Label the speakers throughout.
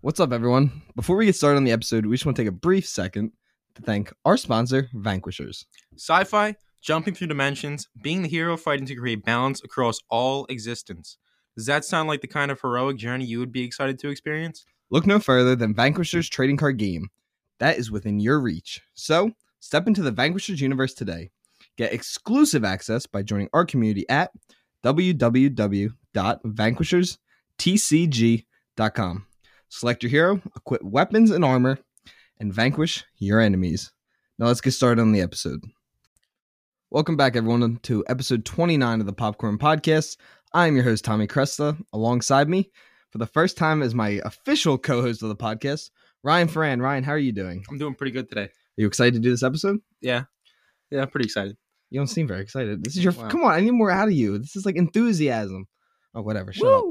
Speaker 1: What's up, everyone? Before we get started on the episode, we just want to take a brief second to thank our sponsor, Vanquishers.
Speaker 2: Sci fi, jumping through dimensions, being the hero fighting to create balance across all existence. Does that sound like the kind of heroic journey you would be excited to experience?
Speaker 1: Look no further than Vanquishers trading card game. That is within your reach. So, step into the Vanquishers universe today. Get exclusive access by joining our community at www.vanquisherstcg.com. Select your hero, equip weapons and armor, and vanquish your enemies. Now let's get started on the episode. Welcome back, everyone, to episode 29 of the Popcorn Podcast. I'm your host, Tommy Cresta. Alongside me, for the first time, is my official co host of the podcast, Ryan Ferran. Ryan, how are you doing?
Speaker 2: I'm doing pretty good today.
Speaker 1: Are you excited to do this episode?
Speaker 2: Yeah. Yeah, I'm pretty excited.
Speaker 1: You don't seem very excited. This is your.
Speaker 2: Wow.
Speaker 1: Come on, I need more out of you. This is like enthusiasm. Oh, whatever. Shut up.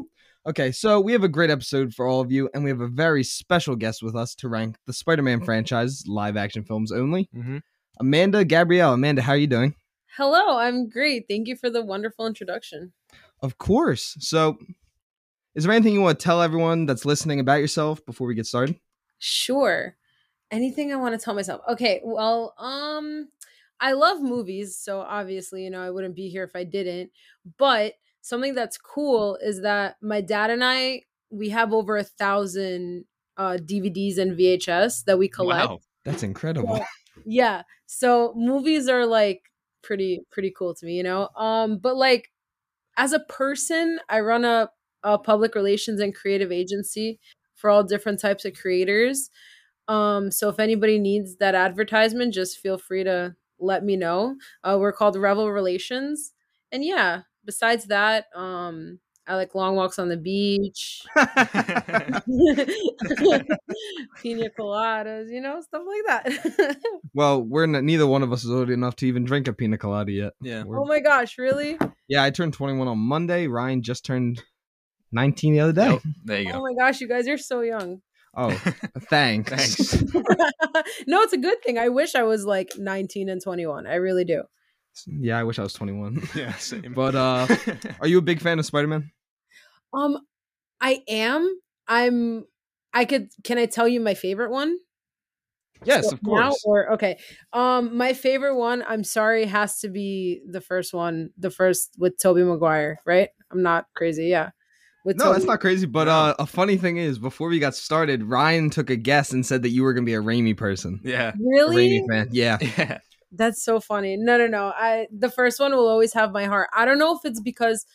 Speaker 1: Okay, so we have a great episode for all of you, and we have a very special guest with us to rank the Spider-Man franchise live action films only.
Speaker 2: Mhm.
Speaker 1: Amanda Gabrielle. Amanda, how are you doing?
Speaker 3: Hello, I'm great. Thank you for the wonderful introduction.
Speaker 1: Of course. So, is there anything you want to tell everyone that's listening about yourself before we get started?
Speaker 3: Sure. Anything I want to tell myself. Okay, well, um I love movies, so obviously, you know, I wouldn't be here if I didn't. But something that's cool is that my dad and I we have over a thousand uh DVDs and VHS that we collect.
Speaker 2: Wow.
Speaker 1: That's incredible.
Speaker 3: Yeah. yeah so movies are like pretty pretty cool to me you know um but like as a person i run a, a public relations and creative agency for all different types of creators um so if anybody needs that advertisement just feel free to let me know uh, we're called revel relations and yeah besides that um i like long walks on the beach pina coladas you know stuff like that
Speaker 1: well, we're not, neither one of us is old enough to even drink a pina colada yet.
Speaker 2: Yeah.
Speaker 1: We're-
Speaker 3: Oh my gosh, really?
Speaker 1: yeah, I turned 21 on Monday. Ryan just turned 19 the other day.
Speaker 2: Yep, There you
Speaker 3: Oh
Speaker 2: go.
Speaker 3: my gosh, you guys, you're so young.
Speaker 1: Oh, thanks.
Speaker 2: Thanks.
Speaker 3: no, it's a good thing. I wish I was like 19 and 21. I really do.
Speaker 1: Yeah, I wish I was 21.
Speaker 2: yeah, same.
Speaker 1: But uh are you a big fan of Spider-Man?
Speaker 3: Um I am. I'm I could can I tell you my favorite one?
Speaker 1: Yes,
Speaker 3: Well,
Speaker 1: of
Speaker 3: now
Speaker 1: course.
Speaker 3: or okay. Um my favorite one, I'm sorry, has to be the first one, the first with Toby Maguire, right? I'm not crazy, yeah. With
Speaker 1: No, that's
Speaker 3: Tobey-
Speaker 1: not crazy. But
Speaker 2: No.
Speaker 1: uh, a funny thing is, before we got started, Ryan took a guess and said that you were going to be a Raimi person.
Speaker 2: yeah.
Speaker 1: A
Speaker 3: really
Speaker 1: Raimi fan. Yeah.
Speaker 2: Yeah.
Speaker 3: That's so funny. No, no, no. I the first one will always have my heart. I don't know if it's because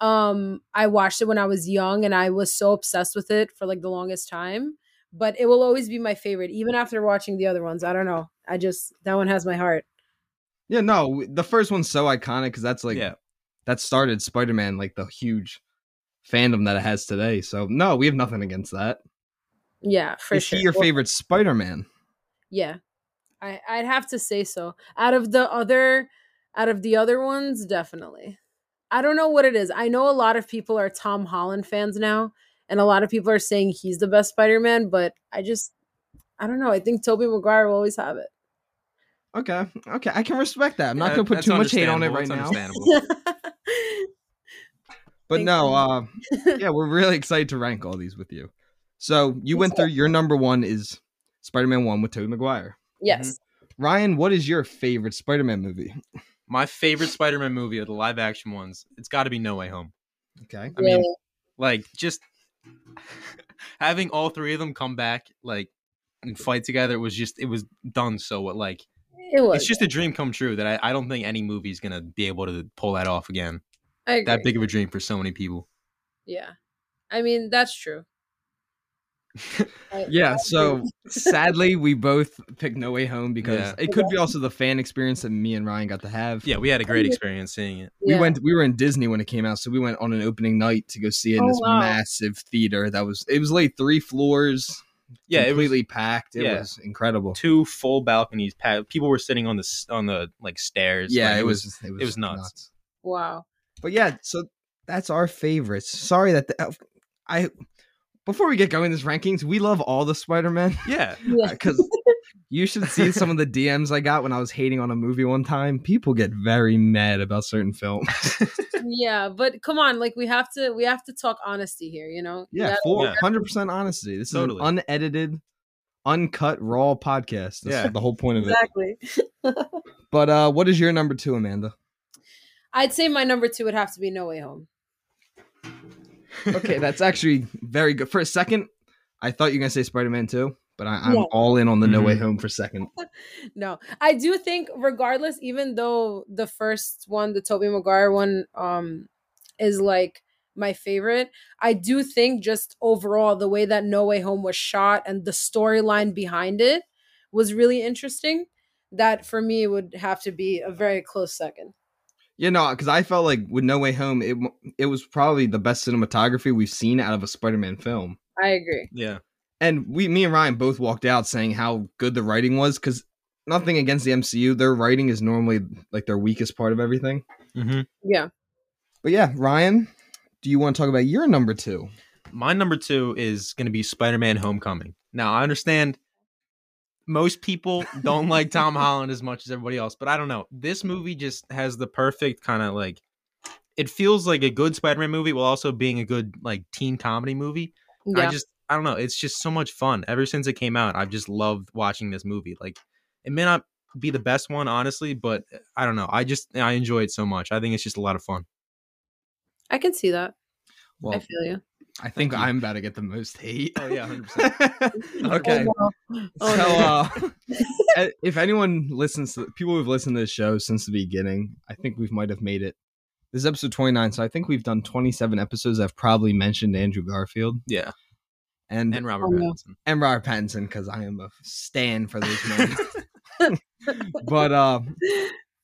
Speaker 3: um I watched it when I was young and I was so obsessed with it for like the longest time, but it will always be my favorite even after watching the other ones. I don't know. I just that one has my heart.
Speaker 1: Yeah, no, w- the first one's so iconic because that's like,
Speaker 2: yeah.
Speaker 1: that started Spider Man, like the huge fandom that it has today. So, no, we have nothing against that.
Speaker 3: Yeah, for
Speaker 1: is
Speaker 3: sure.
Speaker 1: he your
Speaker 3: Well,
Speaker 1: favorite Spider Man?
Speaker 3: yeah. I I'd have to say so. Out of the other out of the other ones, definitely. I don't know what it is. I know a lot of people are Tom Holland fans now, and a lot of people are saying he's the best Spider-Man, but I just I don't know. I think Toby Maguire will always have
Speaker 1: Okay, okay, I can respect that. I'm not
Speaker 2: Yeah,
Speaker 1: going to put
Speaker 2: that's
Speaker 1: too much hate on it
Speaker 2: understandable,
Speaker 1: right
Speaker 2: it's
Speaker 1: now.
Speaker 2: understandable.
Speaker 3: it.
Speaker 1: But
Speaker 3: Thank
Speaker 1: no,
Speaker 3: you.
Speaker 1: uh, yeah, we're really excited to rank all these with you. So, you
Speaker 3: Me
Speaker 1: went
Speaker 3: too.
Speaker 1: through your number one is Spider Man 1 with Tobey Maguire.
Speaker 2: Mm-hmm.
Speaker 3: yes.
Speaker 1: Ryan, what is your favorite Spider Man movie?
Speaker 2: My favorite Spider Man movie are the live action ones. It's got to be No Way Home.
Speaker 1: Okay.
Speaker 2: I mean,
Speaker 3: Really.
Speaker 2: like just having all three of them come back like and fight together was just it was done so what like
Speaker 3: it was
Speaker 2: it's just a dream come true that I, I don't think any movie's gonna be able to pull that off again
Speaker 3: I agree.
Speaker 2: that big of a dream for so many people
Speaker 3: yeah. I mean, that's true. I-
Speaker 1: Yeah,
Speaker 3: I
Speaker 1: so
Speaker 3: agree.
Speaker 1: sadly, we both picked No Way Home because
Speaker 2: Yeah.
Speaker 1: it could be also the fan experience that me and Ryan got to have.
Speaker 2: yeah we had a great experience seeing it
Speaker 1: We
Speaker 3: Yeah.
Speaker 1: went. We were in Disney when it came out, so we went on an opening night to go see it in
Speaker 3: Oh,
Speaker 1: this
Speaker 3: wow.
Speaker 1: massive theater that was. It was like three floors,
Speaker 2: yeah it was
Speaker 1: completely packed. It
Speaker 2: yeah.
Speaker 1: was incredible.
Speaker 2: two full balconies pa- people were sitting on the s- on the like stairs
Speaker 1: yeah,
Speaker 2: Like,
Speaker 1: it was. It was,
Speaker 2: was nuts.
Speaker 3: wow.
Speaker 1: But yeah, so that's our favorites. Sorry that the, oh, I before we get going in this rankings, we love all the Spider-Man
Speaker 2: Yeah.
Speaker 3: Yeah.
Speaker 1: because you should see some of the DMs I got when I was hating on a movie one time. People get very mad about certain films.
Speaker 3: yeah, but come on, like we have to we have to talk honesty here, you know? You
Speaker 1: Yeah,
Speaker 3: gotta-
Speaker 1: full
Speaker 2: Yeah.
Speaker 1: 100% honesty. This is
Speaker 2: Totally.
Speaker 1: an unedited, uncut, raw podcast. That's
Speaker 2: Yeah.
Speaker 1: the whole point of it.
Speaker 3: Exactly.
Speaker 1: But uh, what is your number two, Amanda?
Speaker 3: I'd say my number two would have to be No Way Home.
Speaker 1: Okay, that's actually very good. For a second, I thought you were going to say Spider Man 2, but I, I'm
Speaker 3: Yeah.
Speaker 1: all in on the No Way
Speaker 2: Mhm.
Speaker 1: Home for a second.
Speaker 3: No, I do think, regardless, even though the first one, the Toby Maguire one, um, is like my favorite, I do think just overall the way that No Way Home was shot and the storyline behind it was really interesting. That for me would have to be a very close second.
Speaker 1: You know, because I felt like with No Way Home, it it was probably the best cinematography we've seen out of a Spider Man film.
Speaker 3: I agree.
Speaker 2: Yeah.
Speaker 1: and we me and Ryan both walked out saying how good the writing was because nothing against the MCU, their writing is normally like their weakest part of everything.
Speaker 2: Mm-hmm.
Speaker 3: Yeah.
Speaker 1: But yeah, Ryan, do you want to talk about your number two?
Speaker 2: My number two is going to be Spider Man Homecoming. Now, I understand most people don't like Tom Holland as much as everybody else, but I don't know. This movie just has the perfect kind of like, it feels like a good Spider Man movie while also being a good like teen comedy movie. And
Speaker 3: Yeah.
Speaker 2: I just, I don't know. It's just so much fun. Ever since it came out, I've just loved watching this movie. Like, it may not be the best one, honestly, but eh, I don't know. I just, I enjoy it so much. I think it's just a lot of fun.
Speaker 3: I can see that. I
Speaker 1: Well,
Speaker 3: feel you.
Speaker 1: I think
Speaker 2: you.
Speaker 1: I'm about to get the most hate.
Speaker 2: Oh, yeah, 100%.
Speaker 1: okay.
Speaker 3: Oh, Oh,
Speaker 1: so, uh, if anyone listens to people who've listened to this show since the beginning, I think we might have made it. This is episode 29, so I think we've done 27 episodes. I've probably mentioned Andrew Garfield
Speaker 2: Yeah.
Speaker 1: and
Speaker 2: And
Speaker 1: and,
Speaker 2: Robert
Speaker 3: Oh, yeah.
Speaker 2: Pattinson.
Speaker 1: Robert Pattinson because I am a stan for those men. but uh,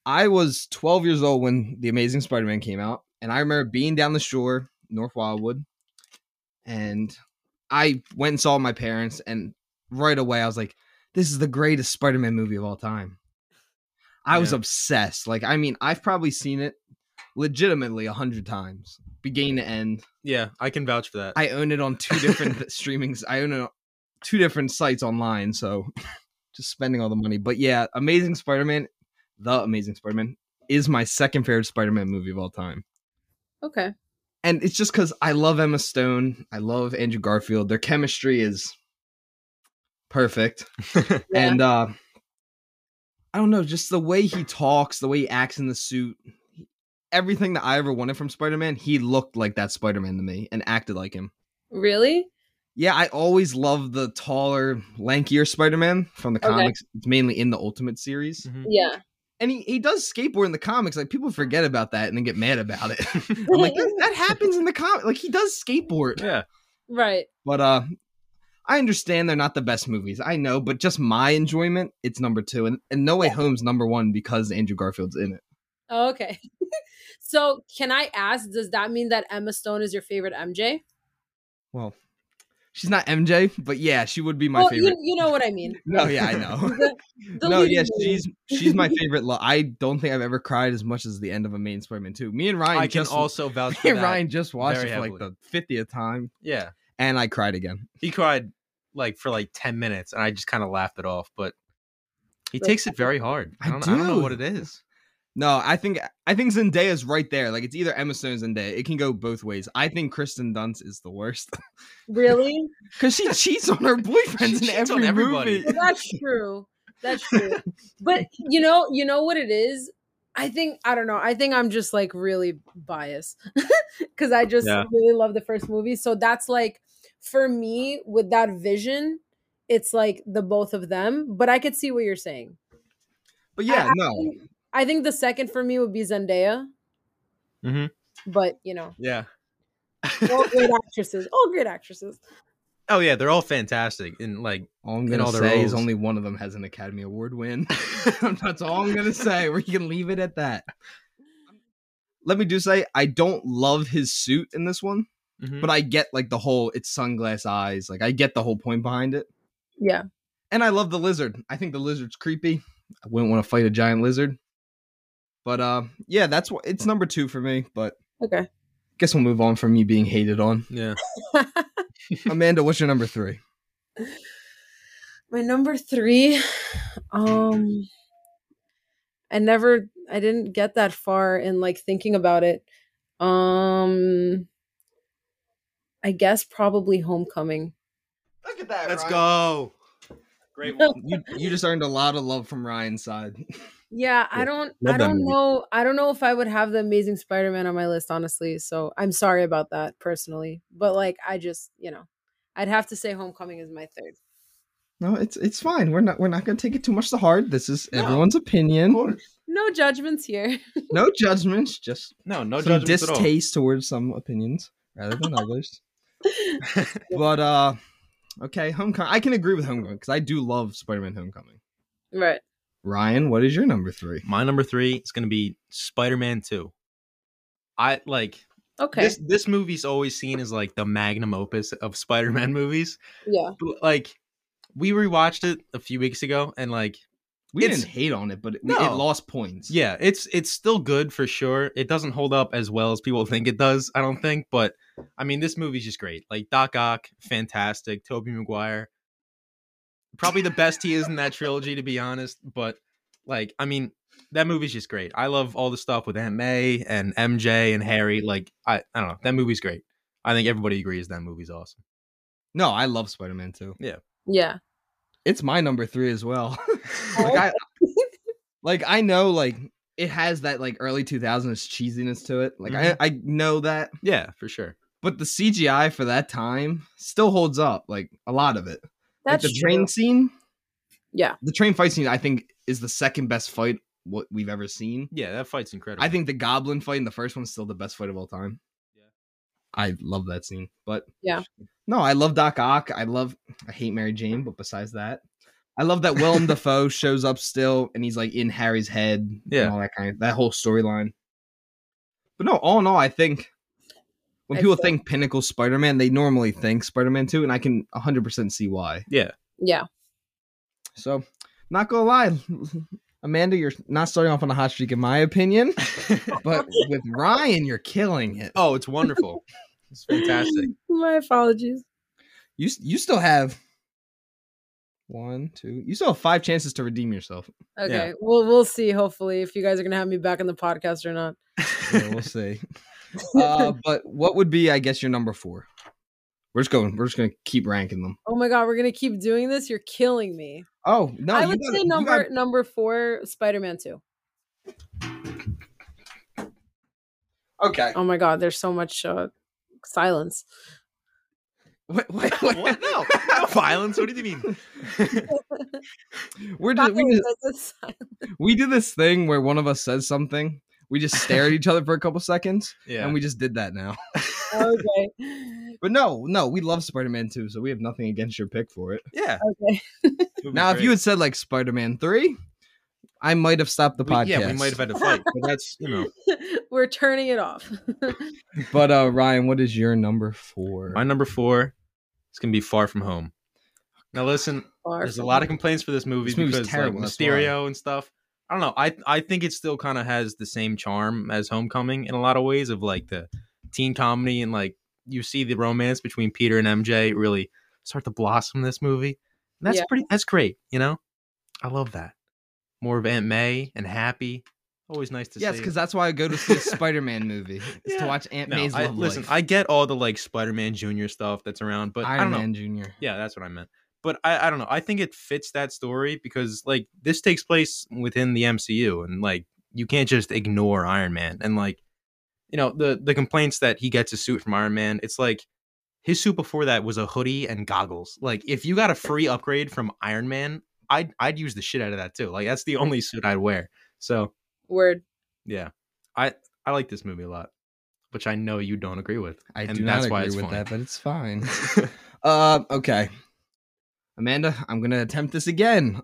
Speaker 1: I was 12 years old when The Amazing Spider Man came out. And I remember being down the shore, North Wildwood. And I went and saw my parents. And right away, I was like, this is the greatest Spider Man movie of all time. I was
Speaker 2: Yeah.
Speaker 1: obsessed. Like, I mean, I've probably seen it legitimately a hundred times, beginning to end.
Speaker 2: Yeah, I can vouch for that.
Speaker 1: I own it on two different streamings. I own it on two different sites online, so just spending all the money. But yeah, Amazing Spider-Man, The Amazing Spider-Man is my second favorite Spider-Man movie of all time.
Speaker 3: okay.
Speaker 1: And it's just cuz I love Emma Stone, I love Andrew Garfield. Their chemistry is perfect.
Speaker 3: Yeah.
Speaker 1: And uh I don't know, just the way he talks, the way he acts in the suit, everything that I ever wanted from Spider-Man, he looked like that Spider-Man to me and acted like him.
Speaker 3: really?
Speaker 1: Yeah, I always loved the taller, lankier Spider-Man from the
Speaker 3: Okay. Mm-hmm.
Speaker 1: comics. It's mainly in the Ultimate series.
Speaker 2: Mhm.
Speaker 3: Yeah.
Speaker 1: And he, he does skateboard in the comics. Like people forget about that and then get mad about it. I'm like, that, that happens in the comic. Like he does skateboard.
Speaker 2: Yeah.
Speaker 3: Right.
Speaker 1: But uh I understand they're not the best movies. I know, but just my enjoyment, it's number two. And, and No Way Home's number one because Andrew Garfield's in it.
Speaker 3: Oh, okay. so can I ask, does that mean that Emma Stone is your favorite MJ?
Speaker 1: Well, she's not MJ, but yeah, she would be my
Speaker 3: well,
Speaker 1: favorite.
Speaker 3: You, you know what I mean.
Speaker 1: No, yeah, I know.
Speaker 3: The- the
Speaker 1: no,
Speaker 3: leading
Speaker 1: yes,
Speaker 3: lady.
Speaker 1: she's she's my favorite. Lo- I don't think I've ever cried as much as the end of a main Spider-Man two. Me and Ryan
Speaker 2: I can
Speaker 1: just
Speaker 2: also vouch
Speaker 1: me
Speaker 2: for
Speaker 1: and
Speaker 2: that.
Speaker 1: Ryan just watched
Speaker 2: very
Speaker 1: it for like
Speaker 2: heavily.
Speaker 1: the fiftieth time,
Speaker 2: Yeah,
Speaker 1: and I cried again.
Speaker 2: he cried like for like ten minutes, and I just kind of laughed it off. But he
Speaker 3: Right.
Speaker 2: takes it very hard. I
Speaker 1: I
Speaker 2: don't, I don't know
Speaker 1: do.
Speaker 2: what it is.
Speaker 1: No, I think I think Zendaya's right there. Like it's either Emma Stone or Zendaya. It can go both ways. I think Kristen Dunst is the worst
Speaker 3: really.
Speaker 1: because she cheats on her boyfriends in
Speaker 2: cheats on
Speaker 1: every
Speaker 2: everybody.
Speaker 1: movie.
Speaker 3: Well, that's true. That's true. But you know, you know what it is. I think I don't know. I think I'm just like really biased because I just
Speaker 2: Yeah.
Speaker 3: really love the first movie. So that's like for me with that vision, it's like the both of them. But I could see what you're saying.
Speaker 1: But yeah,
Speaker 3: I-
Speaker 1: no,
Speaker 3: I think the second for me would be Zendaya.
Speaker 1: Mm-hmm.
Speaker 2: Mhm.
Speaker 3: But you know,
Speaker 2: Yeah.
Speaker 3: all great actresses, all great actresses.
Speaker 2: oh yeah, they're all fantastic, and like
Speaker 1: all I'm
Speaker 2: In
Speaker 1: gonna
Speaker 2: all their
Speaker 1: say
Speaker 2: roles.
Speaker 1: is only one of them has an Academy Award win. That's all I'm gonna say. We can leave it at that. Let me do say I don't love his suit in this one.
Speaker 2: mhm.
Speaker 1: but I get like the whole it's sunglass eyes. Like I get the whole point behind it.
Speaker 3: Yeah.
Speaker 1: And I love the lizard. I think the lizard's creepy. I wouldn't want to fight a giant lizard. But uh yeah, that's what it's number 2 for me, but
Speaker 3: Okay.
Speaker 1: guess we'll move on from you being hated on.
Speaker 2: yeah.
Speaker 1: Amanda, what's your number three?
Speaker 3: My number three, um, I never, I didn't get that far in like thinking about it. Um, I guess probably homecoming.
Speaker 1: Look at that.
Speaker 2: Let's go. Great one.
Speaker 1: You, you just earned a lot of love from Ryan's side.
Speaker 3: Yeah, I don't,
Speaker 2: Love
Speaker 3: I
Speaker 2: that
Speaker 3: don't
Speaker 2: movie.
Speaker 3: know, I don't know if I would have the Amazing Spider-Man on my list, honestly. So I'm sorry about that personally, but like I just, you know, I'd have to say homecoming is my third.
Speaker 1: No, it's it's fine. We're not we're not gonna take it too much to heart. This is
Speaker 2: No.
Speaker 1: everyone's opinion.
Speaker 3: No judgments here.
Speaker 1: No judgments, just
Speaker 2: No, no
Speaker 1: some
Speaker 2: judgments at all.
Speaker 1: distaste towards some opinions rather than others. But uh okay, homecoming I can agree with homecoming because I do love Spider Man Homecoming.
Speaker 3: right.
Speaker 1: Ryan, what is your number three?
Speaker 2: My number three is going to be Spider Man 2. I like
Speaker 3: Okay.
Speaker 2: this. This movie's always seen as like the magnum opus of Spider Man movies.
Speaker 3: yeah.
Speaker 2: But, Like, we rewatched it a few weeks ago, and like,
Speaker 1: We
Speaker 2: It's-
Speaker 1: didn't hate on it, but it, we- it
Speaker 2: No.
Speaker 1: lost points.
Speaker 2: yeah, it's it's still good for sure. It doesn't hold up as well as people think it does. I don't think, but I mean, this movie's just great. Like Doc Ock, fantastic. Tobey Maguire, probably the best he is in that trilogy, to be honest. But like, I mean, that movie's just great. I love all the stuff with Aunt May and MJ and Harry. Like, I I don't know, that movie's great. I think everybody agrees that movie's awesome.
Speaker 1: No, I love Spider Man too.
Speaker 3: Yeah.
Speaker 1: It's my number three as well. like I like I know like it has that like early 2000s cheesiness to it. Like
Speaker 2: Mm-hmm.
Speaker 1: I, I know that,
Speaker 2: Yeah, for sure.
Speaker 1: but the CGI for that time still holds up. Like a lot of it.
Speaker 3: That's
Speaker 1: like the
Speaker 3: true.
Speaker 1: train scene.
Speaker 3: Yeah.
Speaker 1: The train fight scene I think is the second best fight what we've ever seen.
Speaker 2: Yeah, that fight's incredible.
Speaker 1: I think the goblin fight in the first one's still the best fight of all time.
Speaker 2: Yeah.
Speaker 1: I love that scene. But
Speaker 3: Yeah.
Speaker 1: No, I love Doc Ock. I love I hate Mary Jane, but besides that, I love that Willem Dafoe shows up still and he's like in Harry's head
Speaker 2: Yeah.
Speaker 1: and all that kind of that whole storyline. But no, all in all, I think when
Speaker 3: I
Speaker 1: people
Speaker 3: feel-
Speaker 1: think Pinnacle Spider-Man, they normally think Spider-Man 2, and I can 100% see why.
Speaker 2: yeah,
Speaker 3: Yeah.
Speaker 1: So, not gonna lie, Amanda, you're not starting off on a hot streak, in my opinion. But with Ryan, you're killing it.
Speaker 2: oh, it's wonderful. It's fantastic.
Speaker 3: My apologies.
Speaker 1: You s- you still have one, two. You still have five chances to redeem yourself.
Speaker 3: Okay. Well, we'll see. Hopefully, if you guys are gonna have me back on the podcast or not.
Speaker 1: Yeah, we'll see. Uh, but what would be, I guess, your number four? We're just going. We're just gonna keep ranking them.
Speaker 3: oh my god, we're gonna keep doing this. You're killing me.
Speaker 1: Oh no!
Speaker 3: I
Speaker 1: you
Speaker 3: would
Speaker 1: gotta-
Speaker 3: say
Speaker 1: you
Speaker 3: number
Speaker 1: gotta-
Speaker 3: number four, Spider Man Two.
Speaker 1: okay.
Speaker 3: Oh my god, there's so much uh, silence.
Speaker 1: What? What? what?
Speaker 2: what? No, no violence. What do you mean?
Speaker 1: We're just, we, just,
Speaker 3: Silence.
Speaker 1: we do this thing where one of us says something. We just stare at each other for a couple seconds,
Speaker 2: yeah.
Speaker 1: and we just did that now.
Speaker 3: okay.
Speaker 1: But no, no, we love Spider Man 2, so we have nothing against your pick for it.
Speaker 2: yeah.
Speaker 3: Okay.
Speaker 1: Now, if you had said like Spider Man 3, I might have stopped the podcast.
Speaker 2: yeah, we might have had a fight, but that's you know.
Speaker 3: we're turning it off.
Speaker 1: But uh, Ryan, what is your number four?
Speaker 2: My number four is gonna be Far From Home. Now listen,
Speaker 3: Far
Speaker 2: there's a
Speaker 3: from-
Speaker 2: lot of complaints for this movie
Speaker 1: This movie's
Speaker 2: because
Speaker 1: terrible,
Speaker 2: like
Speaker 1: that's why.
Speaker 2: Mysterio and stuff. I don't know. I I think it still kind of has the same charm as Homecoming in a lot of ways of like the teen comedy and like you see the romance between Peter and MJ really start to blossom in this movie. And that's
Speaker 3: Yeah.
Speaker 2: pretty. That's great. You know, I love that. More of Aunt May and Happy. Always nice to
Speaker 1: yes,
Speaker 2: see.
Speaker 1: because that's why I go to see a Spider Man movie is to
Speaker 2: Yeah.
Speaker 1: watch Aunt
Speaker 2: no,
Speaker 1: May's
Speaker 2: I,
Speaker 1: love
Speaker 2: listen.
Speaker 1: life.
Speaker 2: I get all the like Spider-Man Junior stuff that's around, but I
Speaker 1: Iron
Speaker 2: don't know.
Speaker 1: Man Junior.
Speaker 2: Yeah, that's what I meant. But I, I don't know. I think it fits that story because like this takes place within the MCU and like you can't just ignore Iron Man and like you know the the complaints that he gets a suit from Iron Man. It's like his suit before that was a hoodie and goggles. Like if you got a free upgrade from Iron Man, I'd I'd use the shit out of that too. Like that's the only suit I'd wear. So
Speaker 3: word.
Speaker 2: yeah, I I like this movie a lot, which I know you don't agree with.
Speaker 1: I
Speaker 2: and
Speaker 1: do
Speaker 2: that's
Speaker 1: not
Speaker 2: why
Speaker 1: agree
Speaker 2: it's
Speaker 1: with
Speaker 2: fine.
Speaker 1: that, but it's fine. uh, okay. Amanda, I'm gonna attempt this again.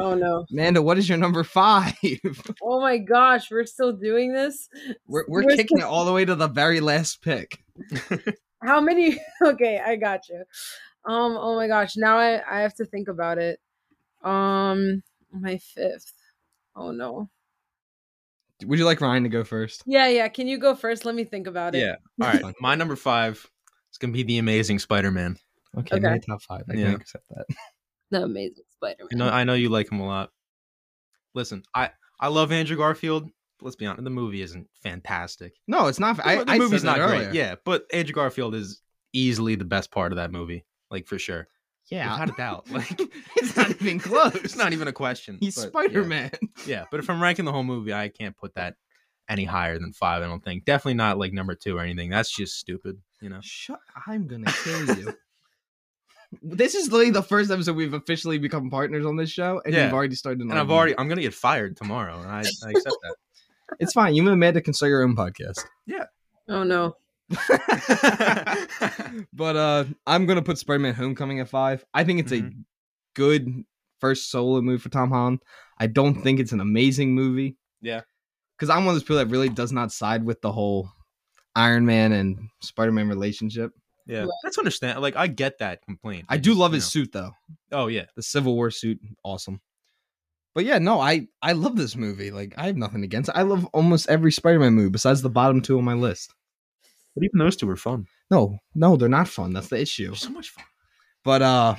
Speaker 3: Oh no.
Speaker 1: Amanda, what is your number five?
Speaker 3: Oh my gosh, we're still doing this.
Speaker 1: we're we're
Speaker 3: Where's
Speaker 1: kicking it all the way to the very last pick.
Speaker 3: How many? Okay, I got you. Um. Oh my gosh. Now I I have to think about it. Um. My fifth. Oh no.
Speaker 1: Would you like Ryan to go first?
Speaker 3: Yeah. Yeah. Can you go first? Let me think about it.
Speaker 2: Yeah. All right, my number five It's gonna be the Amazing Spider-Man.
Speaker 1: Okay,
Speaker 3: Okay.
Speaker 1: made top five. I
Speaker 2: Yeah.
Speaker 1: can accept that.
Speaker 3: The Amazing Spider
Speaker 2: I know,
Speaker 3: Man.
Speaker 2: I know you like him a lot. Listen, I I love Andrew Garfield. But let's be honest, the movie isn't fantastic.
Speaker 1: No, it's not. I,
Speaker 2: the
Speaker 1: I
Speaker 2: movie's
Speaker 1: said
Speaker 2: not
Speaker 1: that
Speaker 2: great.
Speaker 1: earlier.
Speaker 2: Yeah, but Andrew Garfield is easily the best part of that movie, like for sure,
Speaker 1: yeah.
Speaker 2: without a doubt. Like
Speaker 1: it's not even close.
Speaker 2: It's not even a question.
Speaker 1: He's
Speaker 2: but yeah.
Speaker 1: Spider Man.
Speaker 2: Yeah, but if I'm ranking the whole movie, I can't put that any higher than five. I don't think. Definitely not like number two or anything. That's just stupid. You know.
Speaker 1: Shut! I'm gonna kill you. this is literally the first episode we've officially become partners on this show, and
Speaker 2: Yeah.
Speaker 1: you've already started. an
Speaker 2: And I've
Speaker 1: argument.
Speaker 2: already. I'm gonna get fired tomorrow, and I, I accept that.
Speaker 1: It's fine. You and Amanda can start your own podcast.
Speaker 3: oh no.
Speaker 1: but uh I'm gonna put Spider-Man Homecoming at five. I think it's a good first solo move for Tom Holland. I don't think it's an amazing movie.
Speaker 2: Yeah.
Speaker 1: Cause I'm one of those people that really does not side with the whole Iron Man and Spider-Man relationship.
Speaker 2: yeah, that's understand. Like I get that complaint.
Speaker 1: I do
Speaker 2: just,
Speaker 1: love
Speaker 2: you
Speaker 1: his suit though.
Speaker 2: know. Oh yeah,
Speaker 1: The Civil War suit, awesome. But yeah, no, I I love this movie. Like I have nothing against it. I love almost every Spider-Man movie besides the bottom two on my list.
Speaker 2: but even those two were fun.
Speaker 1: No, no, they're not fun. That's the issue.
Speaker 2: So much fun.
Speaker 1: But uh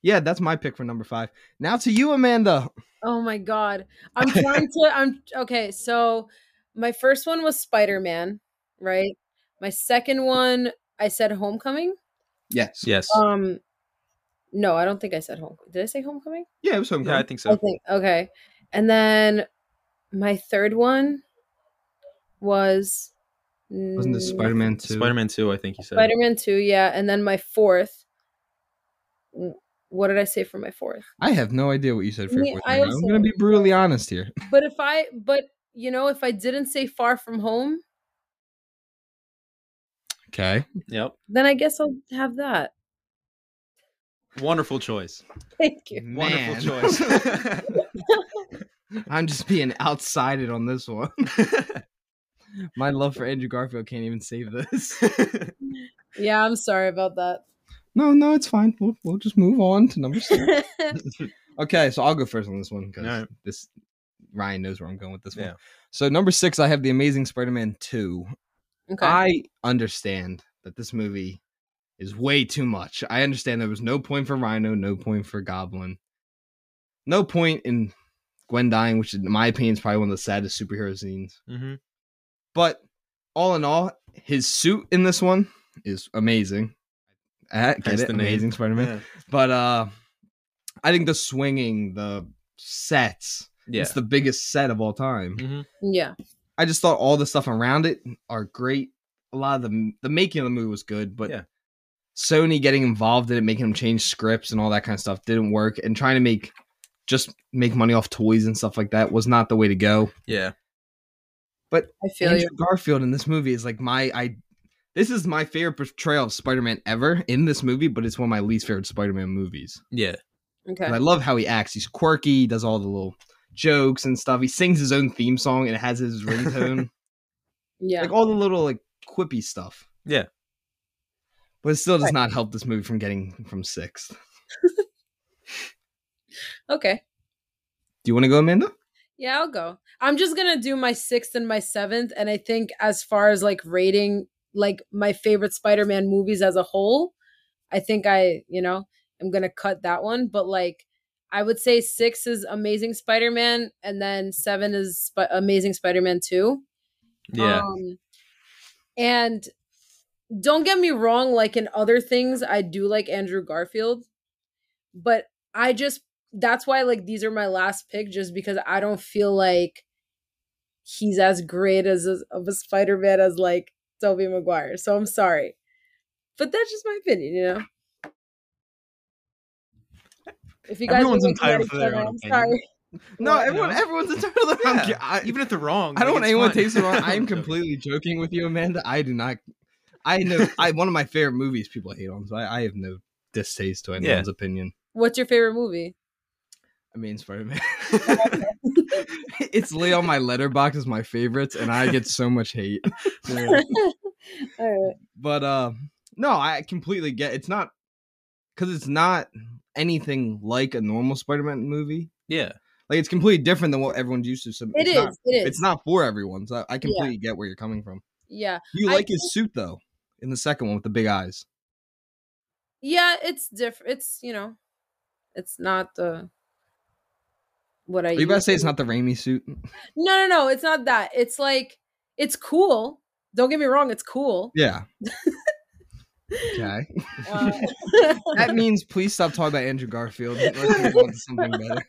Speaker 1: yeah, that's my pick for number five. Now to you, Amanda.
Speaker 3: Oh my god. I'm trying to I'm okay, so my first one was Spider-Man, right? My second one I said Homecoming.
Speaker 1: Yes.
Speaker 2: Yes.
Speaker 3: Um no, I don't think I said home. Did I say Homecoming?
Speaker 1: Yeah, it was
Speaker 2: yeah, I
Speaker 1: homecoming.
Speaker 2: think
Speaker 3: I
Speaker 2: so.
Speaker 3: think okay. And then my third one was
Speaker 1: Wasn't it Spider Man two?
Speaker 2: Spider Man Two, I think you said.
Speaker 3: Spider Man Two, yeah. And then my fourth. w- What did I say for my fourth?
Speaker 1: I have no idea what you said for
Speaker 3: Me-
Speaker 1: your fourth
Speaker 3: I
Speaker 1: name. I'm
Speaker 3: also-
Speaker 1: gonna be brutally honest here.
Speaker 3: But if I, but you know, if I didn't say Far From Home,
Speaker 1: Okay.
Speaker 2: Yep.
Speaker 3: then I guess I'll have that.
Speaker 2: Wonderful choice.
Speaker 3: Thank you.
Speaker 2: Wonderful choice.
Speaker 1: I'm just being outsided on this one. My love for Andrew Garfield can't even save this.
Speaker 3: Yeah, I'm sorry about that.
Speaker 1: No, no, it's fine. We'll, we'll just move on to number six. Okay, so I'll go first on this one because
Speaker 2: Alright.
Speaker 1: this Ryan knows where I'm going with this one.
Speaker 2: Yeah.
Speaker 1: So number six, I have the Amazing Spider-Man two.
Speaker 3: okay.
Speaker 1: I understand that this movie is way too much. I understand there was no point for Rhino, no point for Goblin, no point in Gwen dying, which in my opinion is probably one of the saddest superhero scenes.
Speaker 2: hmm
Speaker 1: But all in all, his suit in this one is amazing. I get
Speaker 2: Hence
Speaker 1: it,
Speaker 2: the name.
Speaker 1: amazing Spider-Man.
Speaker 2: Yeah.
Speaker 1: But uh, I think the swinging, the sets,
Speaker 2: Yeah.
Speaker 1: it's the biggest set of all time.
Speaker 2: Mhm.
Speaker 3: yeah.
Speaker 1: I just thought all the stuff around it are great. A lot of the the making of the movie was good, but
Speaker 2: Yeah.
Speaker 1: Sony getting involved in it, making them change scripts and all that kind of stuff didn't work. And trying to make just make money off toys and stuff like that was not the way to go.
Speaker 2: Yeah.
Speaker 3: I feel
Speaker 1: Andrew
Speaker 3: you.
Speaker 1: Garfield in this movie is like my I. This is my favorite portrayal of Spider-Man ever in this movie, but it's one of my least favorite Spider-Man movies.
Speaker 2: Yeah.
Speaker 3: Okay.
Speaker 1: And I love how he acts. He's quirky. He does all the little jokes and stuff. He sings his own theme song and it has his ringtone.
Speaker 3: Yeah.
Speaker 1: like all the little like quippy stuff.
Speaker 2: Yeah.
Speaker 1: But it still does
Speaker 3: Right.
Speaker 1: not help this movie from getting from sixth.
Speaker 3: Okay.
Speaker 1: Do you want to go, Amanda?
Speaker 3: Yeah, I'll go. I'm just gonna do my sixth and my seventh, and I think as far as like rating like my favorite Spider-Man movies as a whole, I think I you know I'm gonna cut that one. But like I would say six is Amazing Spider-Man, and then seven is Sp- Amazing Spider-Man two.
Speaker 2: Yeah.
Speaker 3: Um, and don't get me wrong, like in other things, I do like Andrew Garfield, but I just that's why like these are my last pick, just because I don't feel like he's as great as as- of a Spider Man as like Tobey Maguire. So I'm sorry, but that's just my opinion, you know. If you guys
Speaker 2: Everyone's
Speaker 3: are looking at
Speaker 2: entitled to
Speaker 3: each
Speaker 2: their
Speaker 3: other,
Speaker 2: own
Speaker 3: I'm
Speaker 2: opinion.
Speaker 3: sorry.
Speaker 1: No,
Speaker 3: Well,
Speaker 1: everyone,
Speaker 2: no.
Speaker 1: everyone's entitled.
Speaker 2: Yeah.
Speaker 1: Yeah. I,
Speaker 2: Even if they're wrong,
Speaker 1: Um, I don't
Speaker 2: like,
Speaker 1: want
Speaker 2: it's
Speaker 1: anyone to
Speaker 2: fine.
Speaker 1: take it wrong. I am
Speaker 2: I'm joking.
Speaker 1: completely joking with you, Amanda. I do not. I know. I one of my favorite movies people hate on, so I, I have no distaste to
Speaker 2: Yeah.
Speaker 1: anyone's opinion.
Speaker 3: What's your favorite movie?
Speaker 1: I mean, Spider Man. it's lay on my letterbox as my favorites, and I get so much hate.
Speaker 3: All right.
Speaker 1: but uh no i completely get it's not because it's not anything like a normal spider-man movie
Speaker 2: Yeah.
Speaker 1: like it's completely different than what everyone's used to so
Speaker 3: It
Speaker 1: it's
Speaker 3: is.
Speaker 1: not,
Speaker 3: it is.
Speaker 1: it's not for everyone so i completely get where you're coming from
Speaker 3: Yeah.
Speaker 1: you
Speaker 3: I
Speaker 1: like his suit though in the second one with the big eyes.
Speaker 3: Yeah, it's different. It's you know, it's not the what I.
Speaker 1: Are you about to say
Speaker 3: usually-
Speaker 1: it's not the Raimi suit?
Speaker 3: No, no, no. It's not that. It's like it's cool. Don't get me wrong. It's cool.
Speaker 1: Yeah. okay.
Speaker 3: Uh,
Speaker 1: That means please stop talking about Andrew Garfield. Let's move on to something better.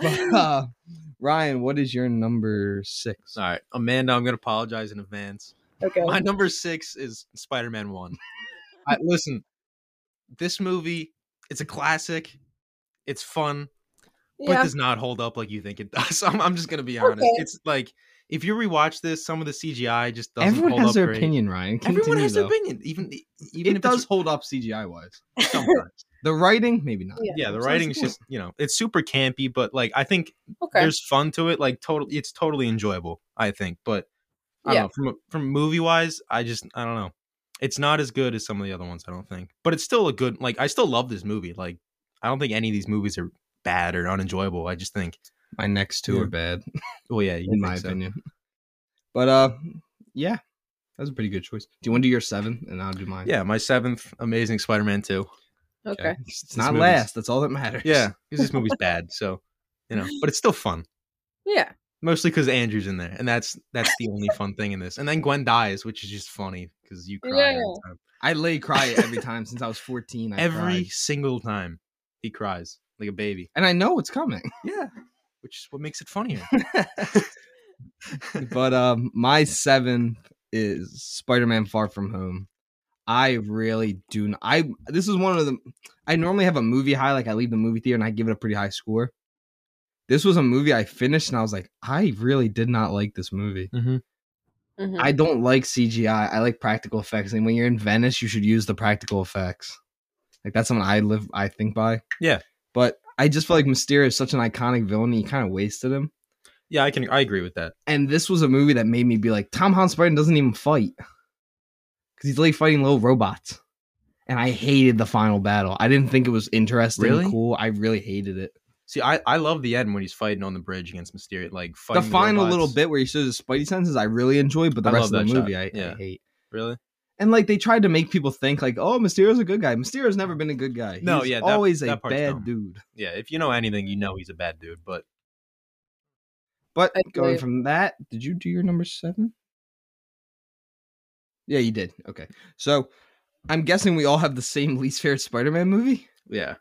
Speaker 1: But, uh, Ryan, what is your number six?
Speaker 2: All right, Amanda, I'm gonna apologize in advance.
Speaker 3: okay.
Speaker 2: My number six is Spider Man One. I, listen, this movie, it's a classic. It's fun, but
Speaker 3: Yeah.
Speaker 2: does not hold up like you think it does. I'm, I'm just gonna be honest.
Speaker 3: Okay.
Speaker 2: It's like if you rewatch this, some of the CGI just doesn't
Speaker 1: Everyone
Speaker 2: hold
Speaker 1: has
Speaker 2: up
Speaker 1: their
Speaker 2: great.
Speaker 1: opinion, Ryan.
Speaker 2: Everyone
Speaker 1: Continue,
Speaker 2: has their
Speaker 1: though.
Speaker 2: opinion, even e, even
Speaker 1: It
Speaker 2: if
Speaker 1: does
Speaker 2: it's
Speaker 1: hold up CGI wise.
Speaker 2: sometimes.
Speaker 1: The writing, maybe not.
Speaker 3: Yeah.
Speaker 2: yeah, the
Speaker 1: Sounds
Speaker 2: writing's
Speaker 1: cool.
Speaker 2: just you know it's super campy, but like I think
Speaker 3: Okay.
Speaker 2: there's fun to it. Like total, it's totally enjoyable. I think, but I
Speaker 3: Yeah.
Speaker 2: don't know from a- from movie wise, I just I don't know. It's not as good as some of the other ones. I don't think, but it's still a good. Like I still love this movie. Like I don't think any of these movies are bad or unenjoyable. I just think,
Speaker 1: My next two
Speaker 2: Yeah.
Speaker 1: are bad,
Speaker 2: well, yeah, you
Speaker 1: in
Speaker 2: think
Speaker 1: my
Speaker 2: so.
Speaker 1: opinion. But uh, yeah, that was a pretty good choice. Do you want to do your seven, and I'll do mine?
Speaker 2: Yeah, my seventh amazing Spider-Man two.
Speaker 3: okay.
Speaker 1: It's
Speaker 2: This
Speaker 1: not
Speaker 2: movie's-
Speaker 1: last. That's all that matters.
Speaker 2: Yeah, because this movie's bad. So you know, but it's still fun.
Speaker 3: Yeah.
Speaker 2: Mostly because Andrew's in there, and that's that's the only fun thing in this. And then Gwen dies, which is just funny because you cry every
Speaker 3: Yeah.
Speaker 2: time.
Speaker 1: I lay cry every time since I was fourteen. I
Speaker 2: every
Speaker 1: cried.
Speaker 2: single time he cries like a baby.
Speaker 1: and I know what's coming.
Speaker 2: Yeah, which is what makes it funnier.
Speaker 1: but um, my seventh is Spider-Man: Far From Home. I really do. Not, I this is one of the. I normally have a movie high, like I leave the movie theater and I give it a pretty high score. This was a movie I finished and I was like, I really did not like this movie.
Speaker 3: Mhm.
Speaker 1: I don't like CGI. I like practical effects, and when you're in Venice, you should use the practical effects. Like that's something I live, I think by.
Speaker 2: Yeah.
Speaker 1: but I just feel like Mysterio is such an iconic villain. And you kind of wasted him.
Speaker 2: yeah, I can. I agree with that.
Speaker 1: and this was a movie that made me be like, Tom Holland Spider doesn't even fight because he's like fighting little robots, and I hated the final battle. I didn't think it was interesting,
Speaker 2: Really?
Speaker 1: cool. I really hated it.
Speaker 2: See, I I love the end when he's fighting on the bridge against Mysterio. Like
Speaker 1: the
Speaker 2: fighting
Speaker 1: final
Speaker 2: robots.
Speaker 1: little bit where he shows his Spidey senses, I really enjoyed, but the
Speaker 2: I
Speaker 1: rest
Speaker 2: love
Speaker 1: of the
Speaker 2: that
Speaker 1: movie,
Speaker 2: shot.
Speaker 1: I, I
Speaker 2: Yeah.
Speaker 1: hate.
Speaker 2: Really?
Speaker 1: And like they tried to make people think like, oh, Mysterio's a good guy. Mysterio's never been a good guy.
Speaker 2: No,
Speaker 1: He's
Speaker 2: yeah, that-
Speaker 1: always a
Speaker 2: that part's
Speaker 1: bad
Speaker 2: dumb.
Speaker 1: dude.
Speaker 2: Yeah. If you know anything, you know he's a bad dude. But
Speaker 1: But
Speaker 3: I agree.
Speaker 1: going from that, did you do your number seven? Yeah, you did. Okay. So I'm guessing we all have the same least favorite Spider Man movie?
Speaker 2: yeah,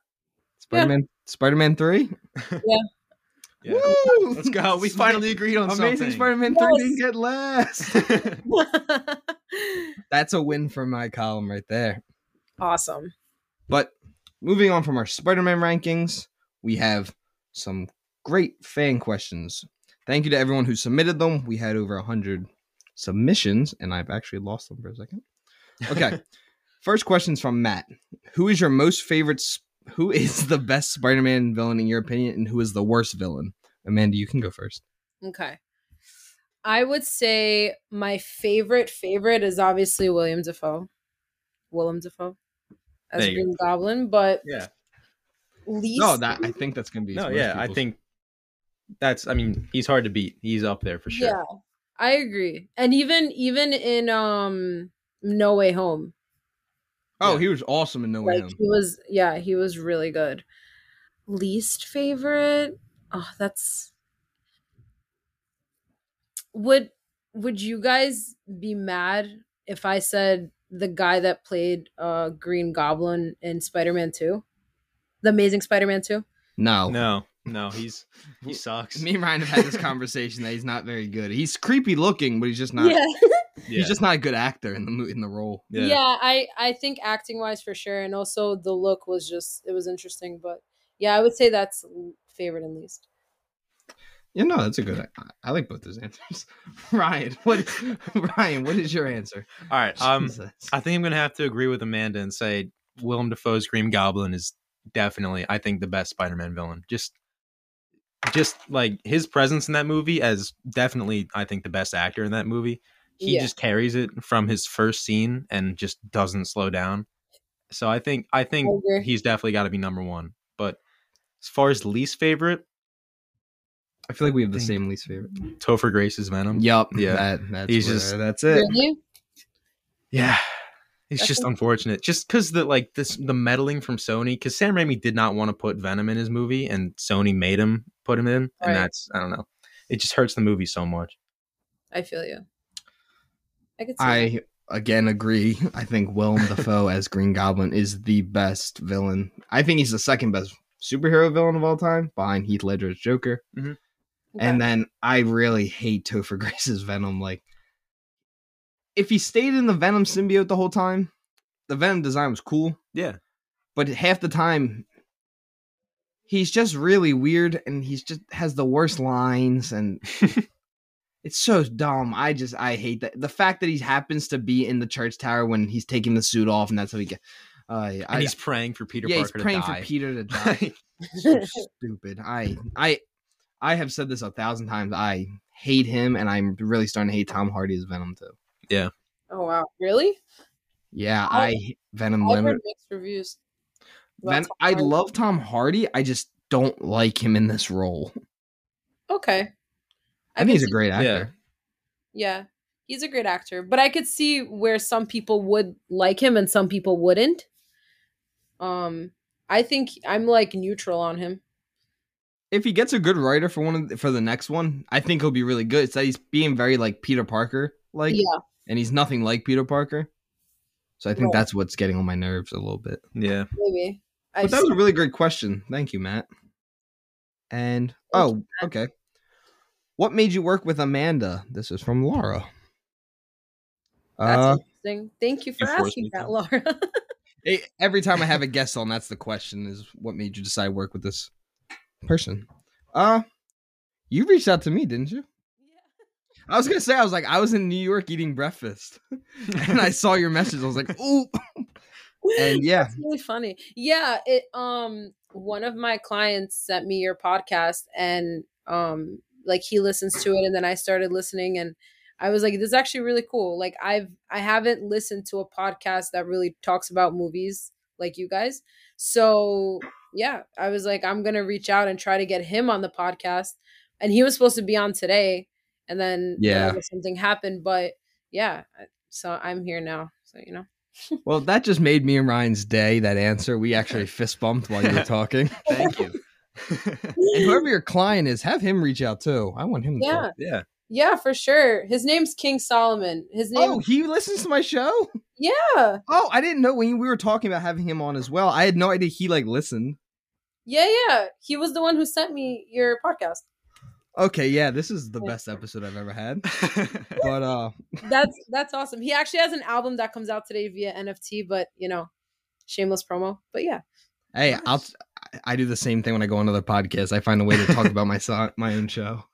Speaker 1: Spider Man Spider Man 3?
Speaker 2: yeah.
Speaker 1: Woo!
Speaker 2: Let's go. We finally agreed on
Speaker 1: Amazing Spider
Speaker 2: something.
Speaker 1: Man 3
Speaker 3: Yes.
Speaker 1: didn't get last.
Speaker 2: Spider.
Speaker 1: That's a win for my column right there.
Speaker 3: awesome.
Speaker 1: But moving on from our Spider Man rankings, we have some great fan questions. Thank you to everyone who submitted them. We had over 100 submissions, and I've actually lost them for a second. Okay. First question's from Matt. Who is your most favorite? s- Who is the best Spider Man villain in your opinion, and who is the worst villain? Amanda, you can go first.
Speaker 3: Okay. I would say my favorite favorite is obviously William Defoe. Willem Defoe as
Speaker 2: There you go.
Speaker 3: Green Goblin, but
Speaker 2: yeah.
Speaker 3: least
Speaker 1: No, that I think that's gonna be.
Speaker 2: No.
Speaker 1: most
Speaker 2: Yeah. I
Speaker 1: people's-
Speaker 2: think that's. I mean, he's hard to beat. He's up there for sure.
Speaker 3: Yeah. I agree. And even even in um No Way Home,
Speaker 1: Oh,
Speaker 2: yeah.
Speaker 1: he was awesome in No Way
Speaker 3: like
Speaker 1: Home.
Speaker 3: he was yeah, he was really good. Least favorite? Oh, that's Would would you guys be mad if I said the guy that played uh Green Goblin in Spider-Man 2? The Amazing Spider-Man 2?
Speaker 1: No,
Speaker 2: No. No. He's he sucks.
Speaker 1: Me and Ryan have had this conversation that he's not very good. He's creepy looking, but he's just not.
Speaker 2: Yeah.
Speaker 1: He's just not a good actor in the mo- in the role.
Speaker 3: yeah. i i think acting wise for sure and also the look was just it was interesting but yeah i would say that's l- favorite and least
Speaker 1: Yeah, no, that's a good. I, I like both those answers. Ryan, what? Ryan, what is your answer?
Speaker 2: All right. Um.
Speaker 1: Jesus.
Speaker 2: I think I'm gonna have to agree with Amanda and say Willem Dafoe's Green Goblin is definitely, I think, the best Spider-Man villain. Just, just like his presence in that movie as definitely, I think, the best actor in that movie. He
Speaker 3: Yeah.
Speaker 2: just carries it from his first scene and just doesn't slow down. So I think, I think
Speaker 3: agree.
Speaker 2: he's definitely got to be number one. But as far as least favorite,
Speaker 1: I feel like we have the
Speaker 2: think-
Speaker 1: same least favorite.
Speaker 2: Topher Grace's Venom.
Speaker 1: Um, Yup.
Speaker 2: yeah.
Speaker 1: That, that's
Speaker 2: He's
Speaker 1: where-
Speaker 2: just-
Speaker 1: that's it.
Speaker 3: really
Speaker 2: Yeah. It's just unfortunate, just because the like this the meddling from Sony, because Sam Raimi did not want to put Venom in his movie, and Sony made him put him in,
Speaker 3: Right.
Speaker 2: and that's I don't know, it just hurts the movie so much.
Speaker 3: I feel you. I could see that.
Speaker 1: I again agree. I think Willem Dafoe as Green Goblin is the best villain. I think he's the second best superhero villain of all time, behind Heath Ledger's Joker.
Speaker 3: Okay.
Speaker 1: And then I really hate Topher Grace's Venom. Like, if he stayed in the Venom symbiote the whole time, the Venom design was cool,
Speaker 2: Yeah,
Speaker 1: but half the time, he's just really weird and he's just has the worst lines and. It's so dumb. I just I hate that the fact that he happens to be in the church tower when he's taking the suit off, and that's how he get. Uh,
Speaker 2: and
Speaker 1: I,
Speaker 2: he's praying for Peter
Speaker 1: yeah, he's
Speaker 2: Parker
Speaker 1: praying
Speaker 2: to
Speaker 1: for
Speaker 2: die.
Speaker 1: Peter to die. so stupid. I I I have said this a thousand times. I hate him, and I'm really starting to hate Tom Hardy as Venom too.
Speaker 3: oh wow, really?
Speaker 1: Yeah,
Speaker 3: I-
Speaker 1: I, Venom
Speaker 3: I've heard
Speaker 1: Leonard.
Speaker 3: mixed reviews. about
Speaker 1: Ven-
Speaker 3: Tom
Speaker 1: I
Speaker 3: Hardy.
Speaker 1: love Tom Hardy. I just don't like him in this role.
Speaker 3: Okay.
Speaker 1: I, think
Speaker 3: could
Speaker 1: he's a
Speaker 3: see-
Speaker 1: great actor.
Speaker 2: Yeah.
Speaker 3: Yeah, he's a great actor, but I could see where some people would like him and some people wouldn't. Um, I think I'm like neutral on him.
Speaker 1: if he gets a good writer for one of the, for the next one, I think he'll be really good. It's that he's being very like Peter Parker like,
Speaker 3: yeah,
Speaker 1: and he's nothing like Peter Parker. So I think
Speaker 3: Right.
Speaker 1: that's what's getting on my nerves a little bit.
Speaker 2: yeah,
Speaker 3: maybe. I
Speaker 1: But that
Speaker 3: just-
Speaker 1: was a really great question. Thank you, Matt. And
Speaker 3: Thank
Speaker 1: oh, okay. What made you work with Amanda? This is from Laura.
Speaker 3: that's
Speaker 1: Uh,
Speaker 3: interesting. Thank you for
Speaker 2: You forced
Speaker 3: asking
Speaker 2: me
Speaker 3: that,
Speaker 2: to.
Speaker 3: Laura.
Speaker 1: eh, every time I have a guest on, that's the question: is what made you decide to work with this person? Uh, you reached out to me, didn't you? I was gonna say I was like I was in New York eating breakfast, and I saw your message. I was like, ooh, and yeah,
Speaker 3: That's really funny. Yeah, it um one of my clients sent me your podcast and um like he listens to it and then I started listening and I was like this is actually really cool. Like I've I haven't listened to a podcast that really talks about movies like you guys. So, yeah, I was like I'm going to reach out and try to get him on the podcast and he was supposed to be on today and then you know,
Speaker 1: Yeah.
Speaker 3: something happened but yeah, so I'm here now. So, you know.
Speaker 1: well, that just made me and Ryan's day. That answer, we actually fist bumped while you were talking.
Speaker 2: thank you.
Speaker 1: And whoever your client is, have him reach out too. I want him. To
Speaker 3: Yeah.
Speaker 1: talk.
Speaker 2: yeah,
Speaker 3: Yeah, for sure. His name's King Solomon. His name,
Speaker 1: Oh, he listens to my show.
Speaker 3: yeah,
Speaker 1: Oh, I didn't know when we were talking about having him on as well. I had no idea he like listened.
Speaker 3: yeah, yeah. He was the one who sent me your podcast.
Speaker 1: Okay, yeah, this is the
Speaker 3: Yeah.
Speaker 1: best episode I've ever had. But uh,
Speaker 3: That's that's awesome. He actually has an album that comes out today via NFT, but you know, shameless promo. But yeah,
Speaker 1: hey, I'll. I- I do the same thing when I go on other podcasts. I find a way to talk about my so- my own show.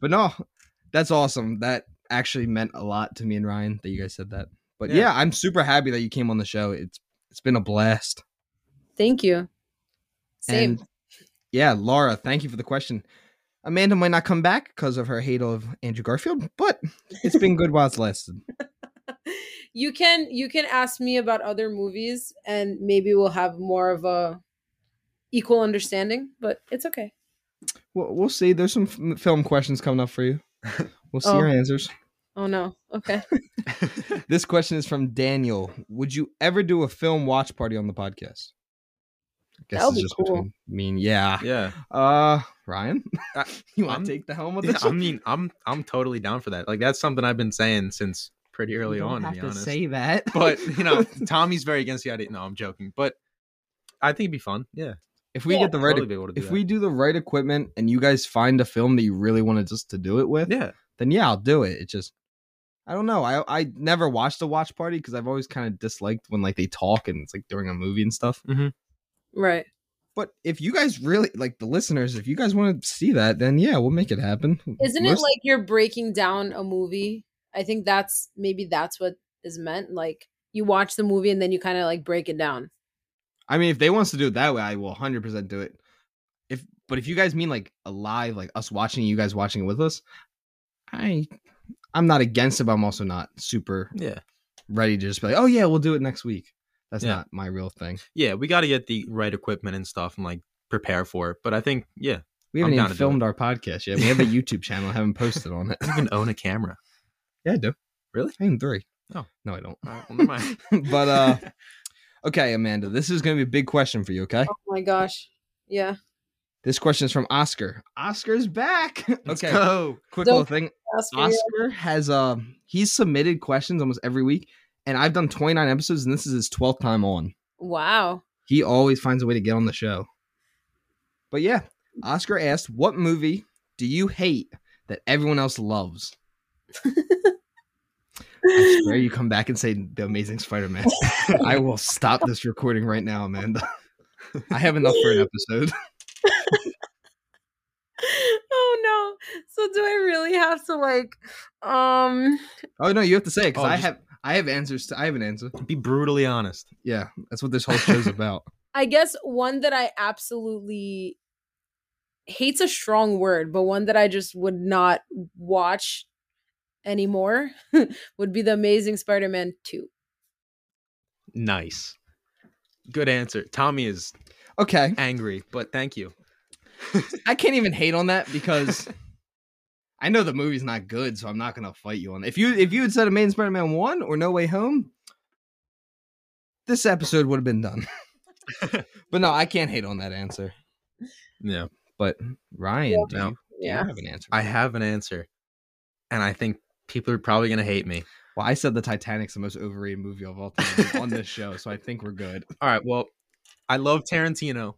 Speaker 1: But no, that's awesome. That actually meant a lot to me and Ryan that you guys said that. But
Speaker 2: Yeah.
Speaker 1: yeah, I'm super happy that you came on the show. It's it's been a blast.
Speaker 3: thank you. Same.
Speaker 1: And yeah, Laura, thank you for the question. Amanda might not come back because of her hate of Andrew Garfield, but it's been good while it's lasted.
Speaker 3: you can you can ask me about other movies, and maybe we'll have more of a equal understanding. But it's okay.
Speaker 1: We'll, we'll see. There's some f- film questions coming up for you. We'll see
Speaker 3: Oh.
Speaker 1: your answers.
Speaker 3: Oh no. Okay.
Speaker 1: This question is from Daniel. Would you ever do a film watch party on the podcast? I guess
Speaker 3: That'll
Speaker 1: it's
Speaker 3: be
Speaker 1: just
Speaker 3: cool.
Speaker 1: between me and yeah.
Speaker 2: yeah.
Speaker 1: Uh, Ryan,
Speaker 2: I-
Speaker 1: you want
Speaker 2: I'm-
Speaker 1: to take the helm with
Speaker 2: Yeah,
Speaker 1: this?
Speaker 2: I
Speaker 1: one?
Speaker 2: mean, I'm I'm totally down for that. Like that's something I've been saying since pretty early
Speaker 1: You don't
Speaker 2: on.
Speaker 1: have
Speaker 2: to be
Speaker 1: to
Speaker 2: honest.
Speaker 1: say that,
Speaker 2: but you know, Tommy's very against the idea. No, I'm joking. But I think it'd be fun. Yeah,
Speaker 1: if we
Speaker 3: Yeah.
Speaker 1: get the right,
Speaker 2: totally be able to do
Speaker 1: if
Speaker 2: that.
Speaker 1: we do the right equipment, and you guys find a film that you really wanted us to do it with,
Speaker 2: yeah,
Speaker 1: then yeah, I'll do it. It just I don't know. I I never watched a watch party because I've always kind of disliked when like they talk and it's like during a movie and stuff.
Speaker 3: Right.
Speaker 1: But if you guys really like the listeners, if you guys want to see that, then yeah, we'll make it happen.
Speaker 3: Isn't it
Speaker 1: Most-
Speaker 3: like you're breaking down a movie? I think that's maybe that's what is meant. Like you watch the movie and then you kind of like break it down.
Speaker 1: I mean, if they want us to do it that way, I will hundred percent do it. If but if you guys mean like a live, like us watching, you guys watching it with us, I I'm not against it, but I'm also not super
Speaker 2: yeah,
Speaker 1: ready to just be like, oh yeah, we'll do it next week. That's
Speaker 2: Yeah.
Speaker 1: not my real thing.
Speaker 2: yeah. We got to get the right equipment and stuff and like prepare for it. But I think yeah,
Speaker 1: We
Speaker 2: I'm
Speaker 1: haven't
Speaker 2: down
Speaker 1: even
Speaker 2: to do it.
Speaker 1: filmed our podcast yet. We have a YouTube channel. I haven't posted on it.
Speaker 2: I even own a camera.
Speaker 1: Yeah, I do.
Speaker 2: Really?
Speaker 1: I am three.
Speaker 2: Oh.
Speaker 1: No, I don't.
Speaker 2: All right, well, never mind.
Speaker 1: but uh okay, Amanda, this is gonna be a big question for you, okay?
Speaker 3: Oh my gosh. Yeah.
Speaker 1: This question is from Oscar. Oscar's back.
Speaker 2: Let's
Speaker 1: okay.
Speaker 2: go.
Speaker 1: Quick
Speaker 3: Don't-
Speaker 1: little thing.
Speaker 3: Oscar, yeah.
Speaker 1: Oscar has uh he's submitted questions almost every week, and I've done 29 episodes, and this is his 12th time on.
Speaker 3: Wow.
Speaker 1: He always finds a way to get on the show. But yeah, Oscar asked, "What movie do you hate that everyone else loves?" I swear you come back and say The Amazing Spider-Man. I will stop this recording right now, Amanda. I have enough for an episode.
Speaker 3: oh no. So do I really have to like um
Speaker 1: Oh no, you have to say it because
Speaker 2: Oh,
Speaker 1: I
Speaker 2: just-
Speaker 1: have I have answers. To, I have an answer.
Speaker 2: Be brutally honest.
Speaker 1: Yeah, that's what this whole show's about.
Speaker 3: I guess one that I absolutely hate's a strong word, but one that I just would not watch anymore would be the Amazing Spider-Man 2.
Speaker 2: Nice. Good answer. Tommy is
Speaker 1: Okay,
Speaker 2: angry, but thank you.
Speaker 1: I can't even hate on that because I know the movie's not good, so I'm not gonna fight you on it. If you if you had said Amazing Spider-Man one or No Way Home, this episode would have been done. but no, I can't hate on that answer.
Speaker 2: Yeah.
Speaker 1: But Ryan,
Speaker 3: Yeah.
Speaker 1: do,
Speaker 2: No.
Speaker 1: you, do
Speaker 3: Yeah.
Speaker 1: you have an answer?
Speaker 2: I have an answer. And I think people are probably going to hate me.
Speaker 1: well, I said the Titanic's the most overrated movie of all time on this show, so I think we're good.
Speaker 2: All right. Well, I love Tarantino.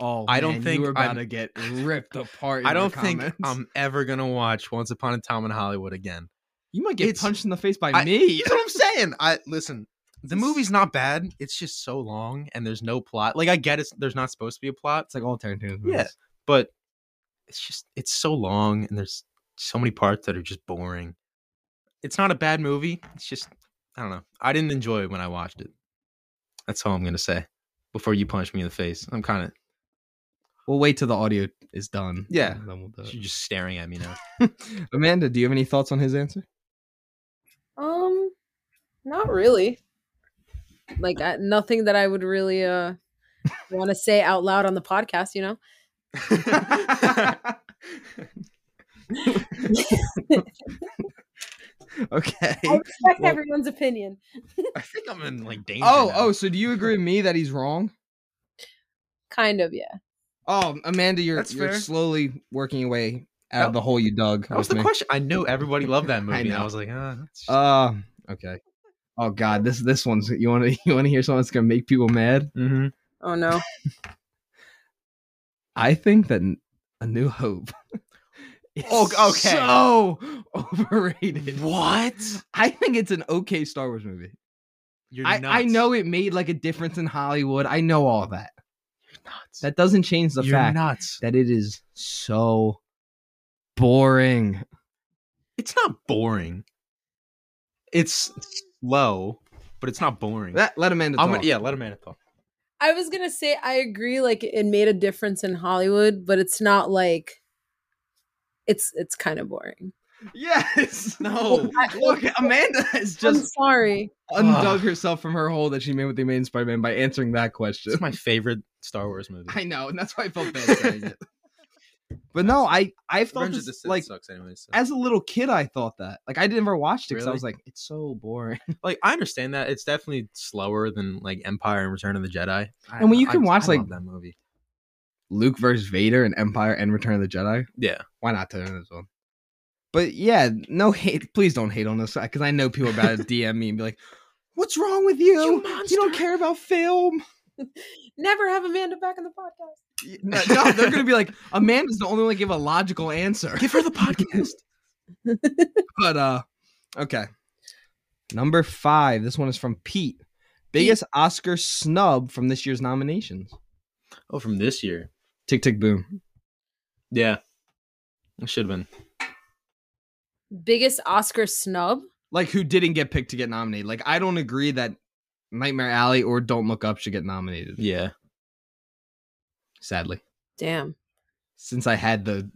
Speaker 1: Oh,
Speaker 2: I don't
Speaker 1: man,
Speaker 2: think
Speaker 1: you were about
Speaker 2: I'm-
Speaker 1: to get ripped apart. in
Speaker 2: I
Speaker 1: your
Speaker 2: don't think
Speaker 1: comments.
Speaker 2: I'm ever going to watch Once Upon a Time in Hollywood again.
Speaker 1: you might get
Speaker 2: it's-
Speaker 1: punched in the face by
Speaker 2: I-
Speaker 1: me.
Speaker 2: That's what I'm saying. I listen. The movie's not bad. It's just so long and there's no plot. Like I get it's there's not supposed to be a plot,
Speaker 1: It's like all Tarantino's movies.
Speaker 2: Yeah. but it's just it's so long and there's so many parts that are just boring. It's not a bad movie. It's just I don't know. I didn't enjoy it when I watched it. That's all I'm gonna say. Before you punch me in the face, I'm kind of
Speaker 1: We'll wait till the audio is done.
Speaker 2: Yeah.
Speaker 1: and Then we'll do it.
Speaker 2: you're just staring at me now.
Speaker 1: Amanda, do you have any thoughts on his answer?
Speaker 3: Um not really. Like I, nothing that I would really uh want to say out loud on the podcast, you know.
Speaker 1: Okay.
Speaker 3: I respect
Speaker 1: Well-
Speaker 3: everyone's opinion.
Speaker 2: I think I'm in like danger.
Speaker 1: Oh,
Speaker 2: now.
Speaker 1: oh, so do you agree with me that he's wrong?
Speaker 3: Kind of, yeah.
Speaker 1: Oh, Amanda, you're
Speaker 2: That's
Speaker 1: you're
Speaker 2: fair.
Speaker 1: slowly working your way out of
Speaker 2: That-
Speaker 1: the hole you dug.
Speaker 2: that was
Speaker 1: with
Speaker 2: the
Speaker 1: me.
Speaker 2: question. I knew everybody loved that movie. and I
Speaker 1: know.
Speaker 2: was like, ah, that's just-
Speaker 1: Uh okay. Oh god, this this one's you wanna you wanna hear something that's gonna make people mad?
Speaker 2: Mhm.
Speaker 3: Oh no.
Speaker 1: I think that a new hope. is
Speaker 2: Oh, okay.
Speaker 1: So overrated.
Speaker 2: what?
Speaker 1: I think it's an okay Star Wars movie.
Speaker 2: You're
Speaker 1: I, I
Speaker 2: nuts.
Speaker 1: know it made like a difference in Hollywood. I know all that.
Speaker 2: You're nuts.
Speaker 1: That doesn't change the
Speaker 2: You're
Speaker 1: fact
Speaker 2: nuts.
Speaker 1: that it is so boring.
Speaker 2: It's not boring. It's slow, but it's not boring.
Speaker 1: That, let Amanda talk.
Speaker 2: I'm gonna, yeah, let Amanda talk.
Speaker 3: I was gonna say I agree. Like it made a difference in Hollywood, but it's not like it's it's kind of boring.
Speaker 1: Yes.
Speaker 2: No.
Speaker 3: I-
Speaker 1: Look, Amanda has
Speaker 3: I'm
Speaker 1: just
Speaker 3: sorry.
Speaker 1: undug herself from her hole that she made with the main Spider-Man by answering that question.
Speaker 2: It's my favorite Star Wars movie.
Speaker 1: I know, and that's why I felt bad saying it. But no, I I thought
Speaker 2: Revenge
Speaker 1: this,
Speaker 2: of the Sith
Speaker 1: like
Speaker 2: sucks anyway. so-
Speaker 1: as a little kid, I thought that. Like I never watched it because I
Speaker 2: Really?
Speaker 1: was like, it's so boring.
Speaker 2: like I understand that it's definitely slower than like Empire and Return of the Jedi. I-
Speaker 1: And when you
Speaker 2: I-
Speaker 1: can watch,
Speaker 2: I
Speaker 1: like-
Speaker 2: love that movie,
Speaker 1: Luke versus Vader and Empire and Return of the Jedi.
Speaker 2: yeah,
Speaker 1: why not turn this one? But yeah, no hate. Please don't hate on us because I know people about to DM me and be like, "What's wrong with you?
Speaker 3: You
Speaker 1: You, don't care about film."
Speaker 3: Never have Amanda back on the podcast.
Speaker 1: No, no, they're gonna be like, "Amanda's the only one to give a logical answer."
Speaker 2: give her the podcast.
Speaker 1: But uh, okay. Number five. This one is from Pete. Biggest Oscar snub from this year's nominations.
Speaker 2: oh, from this year,
Speaker 1: Tick tick boom.
Speaker 2: yeah, it should have been.
Speaker 3: Biggest Oscar snub?
Speaker 1: Like who didn't get picked to get nominated? Like I don't agree that Nightmare Alley or Don't Look Up should get nominated.
Speaker 2: Yeah,
Speaker 1: Sadly.
Speaker 3: Damn.
Speaker 1: since I had the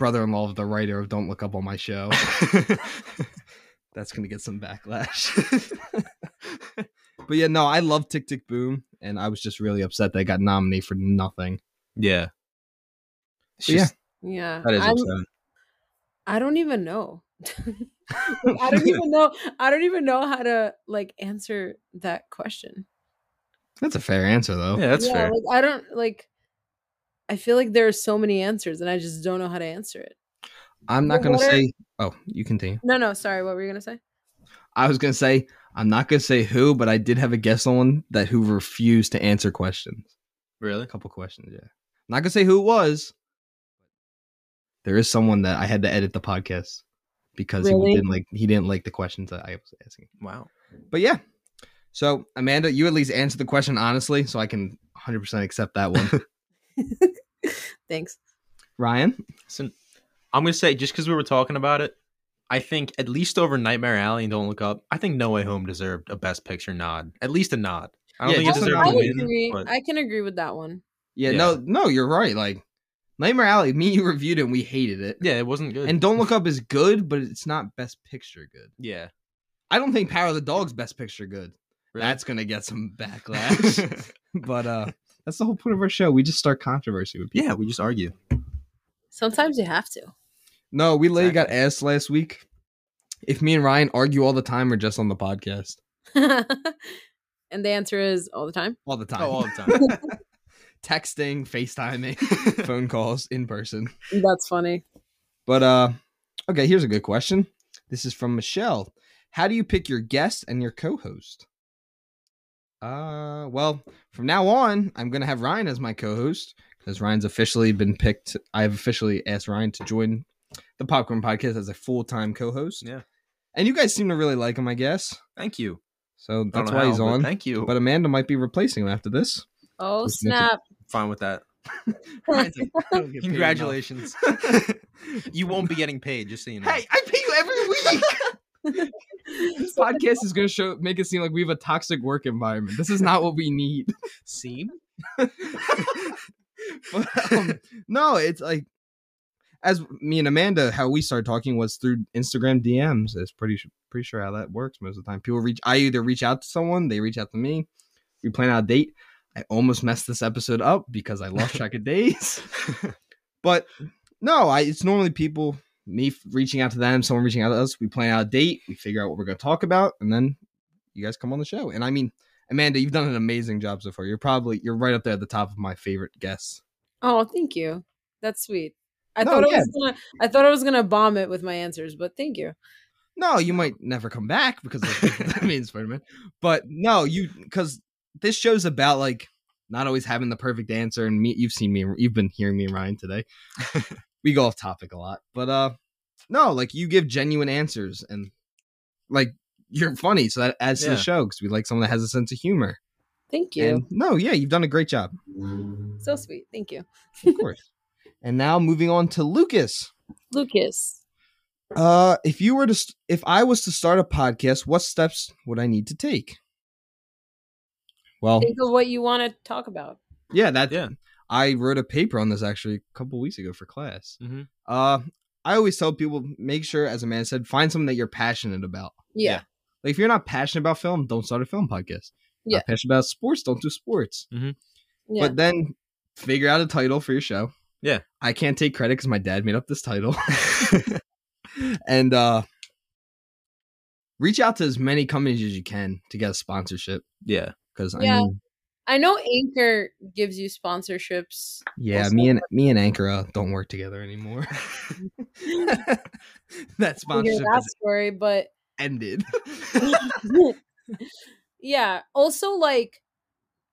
Speaker 1: brother-in-law of the writer of Don't Look Up on my show. That's gonna get some backlash. but yeah, no, I love Tick Tick Boom, and I was just really upset that I got nominated for nothing.
Speaker 2: yeah. It's
Speaker 1: But yeah.
Speaker 2: just-
Speaker 3: Yeah.
Speaker 2: that is
Speaker 3: I'm-
Speaker 2: upsetting.
Speaker 3: I don't even know. I don't even know. I don't even know how to like answer that question.
Speaker 1: That's a fair answer though.
Speaker 2: Yeah, that's
Speaker 3: Yeah,
Speaker 2: fair.
Speaker 3: Like I don't like. I feel like there are so many answers, and I just don't know how to answer it.
Speaker 1: I'm not
Speaker 3: But
Speaker 1: gonna
Speaker 3: what are-
Speaker 1: say. Oh, you continue.
Speaker 3: No, no, sorry. What were you gonna say?
Speaker 1: I was gonna say I'm not gonna say who, but I did have a guest on one that who refused to answer questions.
Speaker 2: really?
Speaker 1: A couple questions, yeah. not gonna say who it was. There is someone that I had to edit the podcast because
Speaker 3: Really?
Speaker 1: he didn't like he didn't like the questions that I was asking.
Speaker 2: Wow.
Speaker 1: But yeah. So Amanda, you at least answered the question honestly, so I can 100% accept that one.
Speaker 3: Thanks.
Speaker 1: Ryan,
Speaker 2: So I'm gonna say just because we were talking about it, I think at least over Nightmare Alley and Don't Look Up, I think No Way Home deserved a Best Picture nod, at least a nod. I don't
Speaker 1: Yeah,
Speaker 2: think it
Speaker 1: just a
Speaker 2: deserved
Speaker 1: nod.
Speaker 2: to
Speaker 3: I
Speaker 2: win.
Speaker 3: agree.
Speaker 2: but-
Speaker 3: I can agree with that one.
Speaker 1: yeah, no, no, you're right. Like Nightmare Alley, me and you reviewed it, and we hated it.
Speaker 2: yeah, it wasn't good.
Speaker 1: And Don't Look Up is good, but it's not Best Picture good.
Speaker 2: yeah,
Speaker 1: I don't think Power of the Dog's Best Picture good.
Speaker 2: really.
Speaker 1: That's gonna get some backlash. but uh that's the whole point of our show. We just start controversy with people.
Speaker 2: yeah. We just argue.
Speaker 3: Sometimes you have to.
Speaker 1: No, we literally got asked last week if me and Ryan argue all the time or just on the podcast.
Speaker 3: and the answer is all the time.
Speaker 1: All the time.
Speaker 2: Oh, all the time.
Speaker 1: Texting, FaceTiming, phone calls, in person.
Speaker 3: That's funny.
Speaker 1: But uh okay, here's a good question. This is from Michelle. How do you pick your guest and your co-host? Uh well, from now on, I'm gonna have Ryan as my co-host because Ryan's officially been picked. I've officially asked Ryan to join the Popcorn Podcast as a full-time co-host.
Speaker 2: Yeah.
Speaker 1: And you guys seem to really like him, I guess.
Speaker 2: thank you.
Speaker 1: So
Speaker 2: I don't
Speaker 1: that's
Speaker 2: know
Speaker 1: why
Speaker 2: how,
Speaker 1: he's
Speaker 2: but uh,
Speaker 1: on.
Speaker 2: Thank you.
Speaker 1: But Amanda might be replacing him after this.
Speaker 3: Oh
Speaker 1: Just make it-
Speaker 3: snap!
Speaker 2: Fine with that. Congratulations.
Speaker 1: Congratulations.
Speaker 2: you won't be getting paid. Just so you know.
Speaker 1: Hey, I pay you every week. this podcast is going to show make it seem like we have a toxic work environment. This is not what we need.
Speaker 2: seam.
Speaker 1: But, um, no, it's like as me and Amanda, how we started talking was through Instagram DMs. It's pretty su- pretty sure how that works most of the time. People reach. I either reach out to someone, they reach out to me. We plan out a date. I almost messed this episode up because I lost track of days. But no, I it's normally people me f- reaching out to them, someone reaching out to us. We plan out a date, we figure out what we're going to talk about, and then you guys come on the show. And I mean, Amanda, you've done an amazing job so far. You're probably you're right up there at the top of my favorite guests.
Speaker 3: Oh, thank you. That's sweet. I
Speaker 1: No,
Speaker 3: thought I
Speaker 1: yeah.
Speaker 3: was gonna. I thought I was gonna bomb it with my answers, but thank you.
Speaker 1: No, you might never come back because of, I mean Spider Man. But no, you because this show's about like not always having the perfect answer. And me, you've seen me, you've been hearing me and Ryan today. we go off topic a lot, but uh, no, like you give genuine answers and like you're funny, so that adds to
Speaker 2: Yeah.
Speaker 1: the show because we like someone that has a sense of humor.
Speaker 3: Thank you.
Speaker 1: And no, yeah, you've done a great job,
Speaker 3: so sweet. Thank you,
Speaker 1: of course. and now moving on to Lucas.
Speaker 3: Lucas.
Speaker 1: Uh, if you were to, st- if I was to start a podcast, what steps would I need to take? Well,
Speaker 3: Think of what you want to talk about.
Speaker 1: yeah, that
Speaker 2: Yeah.
Speaker 1: I wrote a paper on this actually a couple weeks ago for class.
Speaker 2: Mhm.
Speaker 1: Uh, I always tell people make sure, as a man said, find something that you're passionate about.
Speaker 3: Yeah.
Speaker 1: Like if you're not passionate about film, don't start a film podcast.
Speaker 3: Yeah.
Speaker 1: Not passionate about sports, don't do sports.
Speaker 3: Yeah.
Speaker 1: But then figure out a title for your show.
Speaker 2: Yeah.
Speaker 1: I can't take credit because my dad made up this title. and uh reach out to as many companies as you can to get a sponsorship.
Speaker 2: Yeah.
Speaker 1: Because I
Speaker 3: Yeah.
Speaker 1: mean
Speaker 3: I know Anchor gives you sponsorships.
Speaker 1: yeah,
Speaker 3: Also-
Speaker 1: me and me and Anchor uh, don't work together anymore. that
Speaker 3: Figure
Speaker 1: sponsorship
Speaker 3: that
Speaker 1: is
Speaker 3: story, but
Speaker 1: ended.
Speaker 3: yeah. Also, like,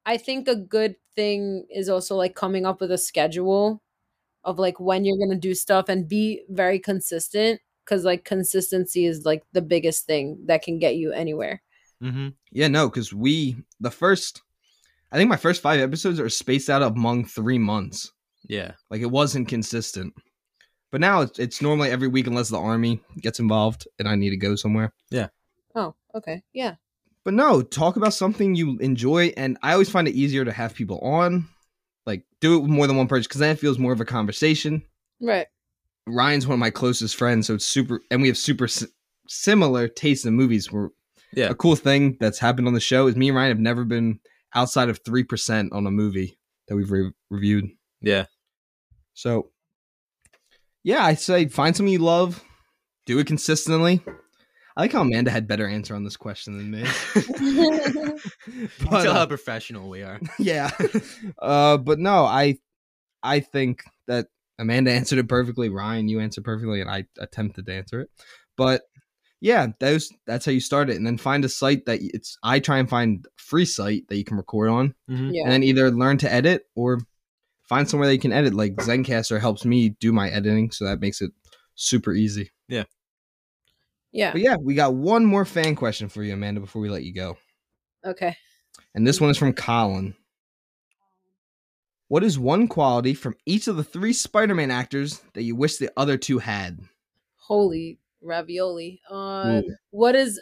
Speaker 3: I think a good thing is also like coming up with a schedule of like when you're going to do stuff and be very consistent because like consistency is like the biggest thing that can get you anywhere.
Speaker 2: Mm-hmm.
Speaker 1: yeah, no, because we the first I think my first five episodes are spaced out among three months.
Speaker 2: Yeah.
Speaker 1: Like it wasn't consistent. But now it's, it's normally every week unless the army gets involved and I need to go somewhere.
Speaker 3: Oh, okay. Yeah.
Speaker 1: But no, talk about something you enjoy and I always find it easier to have people on. Like do it with more than one person because then it feels more of a conversation.
Speaker 3: Right.
Speaker 1: Ryan's one of my closest friends, so it's super, and we have super s- similar tastes in movies. We're,
Speaker 2: Yeah.
Speaker 1: a cool thing that's happened on the show is me and Ryan have never been outside of three percent on a movie that we've re- reviewed.
Speaker 2: Yeah.
Speaker 1: So, yeah, I say find something you love, Do it consistently. I like how Amanda had better answer on this question than me.
Speaker 2: You
Speaker 1: But,
Speaker 2: tell
Speaker 1: uh,
Speaker 2: how professional we are.
Speaker 1: yeah. Uh, but no, I I think that Amanda answered it perfectly. Ryan, you answered perfectly, and I attempted to answer it. But yeah, those that's how you start it, and then find a site that y- it's. I try and find a free site that you can record on,
Speaker 2: Mhm.
Speaker 3: yeah.
Speaker 1: and then either learn to edit or find somewhere that you can edit. Like Zencaster helps me do my editing, so that makes it super easy.
Speaker 3: yeah.
Speaker 1: But yeah, we got one more fan question for you, Amanda, before we let you go.
Speaker 3: Okay.
Speaker 1: And this one is from Colin. What is one quality from each of the three Spider Man actors that you wish the other two had?
Speaker 3: Holy ravioli. Uh, what is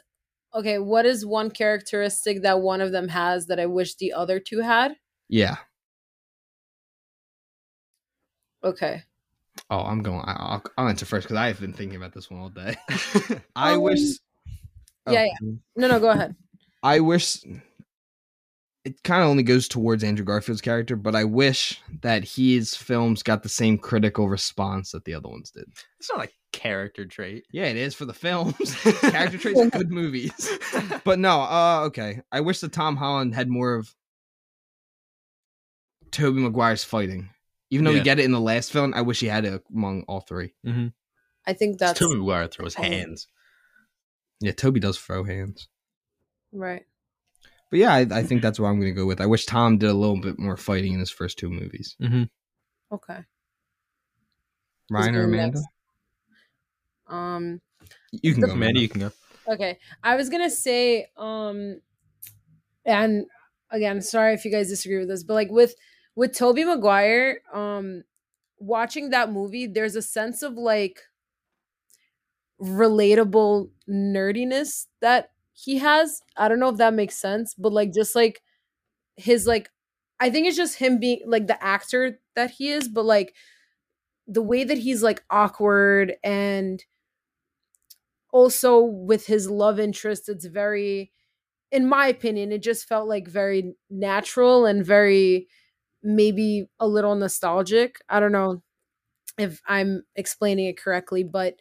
Speaker 3: okay? What is one characteristic that one of them has that I wish the other two had?
Speaker 1: Yeah.
Speaker 3: Okay.
Speaker 1: Oh, I'm going. I- I'll, I'll answer first because I've been thinking about this one all day. I wish.
Speaker 3: Um,
Speaker 1: Oh,
Speaker 3: yeah, No, no. Go ahead.
Speaker 1: I wish. It kind of only goes towards Andrew Garfield's character, but I wish that his films got the same critical response that the other ones did.
Speaker 2: It's not a character trait.
Speaker 1: Yeah, it is for the films. character traits in good movies. But no, uh okay. I wish that Tom Holland had more of Toby Maguire's fighting. Even though we
Speaker 2: Yeah.
Speaker 1: get it in the last film, I wish he had it among all three.
Speaker 3: I think that's
Speaker 2: Toby Maguire throws
Speaker 3: Oh.
Speaker 2: hands.
Speaker 1: Yeah, Toby does throw hands.
Speaker 3: right.
Speaker 1: But yeah, I, I think that's what I'm gonna go with. I wish Tom did a little bit more fighting in his first two movies.
Speaker 3: Okay.
Speaker 1: Ryan or
Speaker 3: going
Speaker 1: Amanda?
Speaker 3: next? Um.
Speaker 1: You can go.
Speaker 2: Amanda, you can go.
Speaker 3: Okay. I was gonna say, um and again, sorry if you guys disagree with this, but like with with Toby Maguire, um watching that movie, there's a sense of like relatable nerdiness that he has. I don't know if that makes sense, but like just like his like I think it's just him being like the actor that he is, but like the way that he's like awkward and also with his love interest it's very in my opinion it just felt like very natural and very maybe a little nostalgic i don't know if i'm explaining it correctly but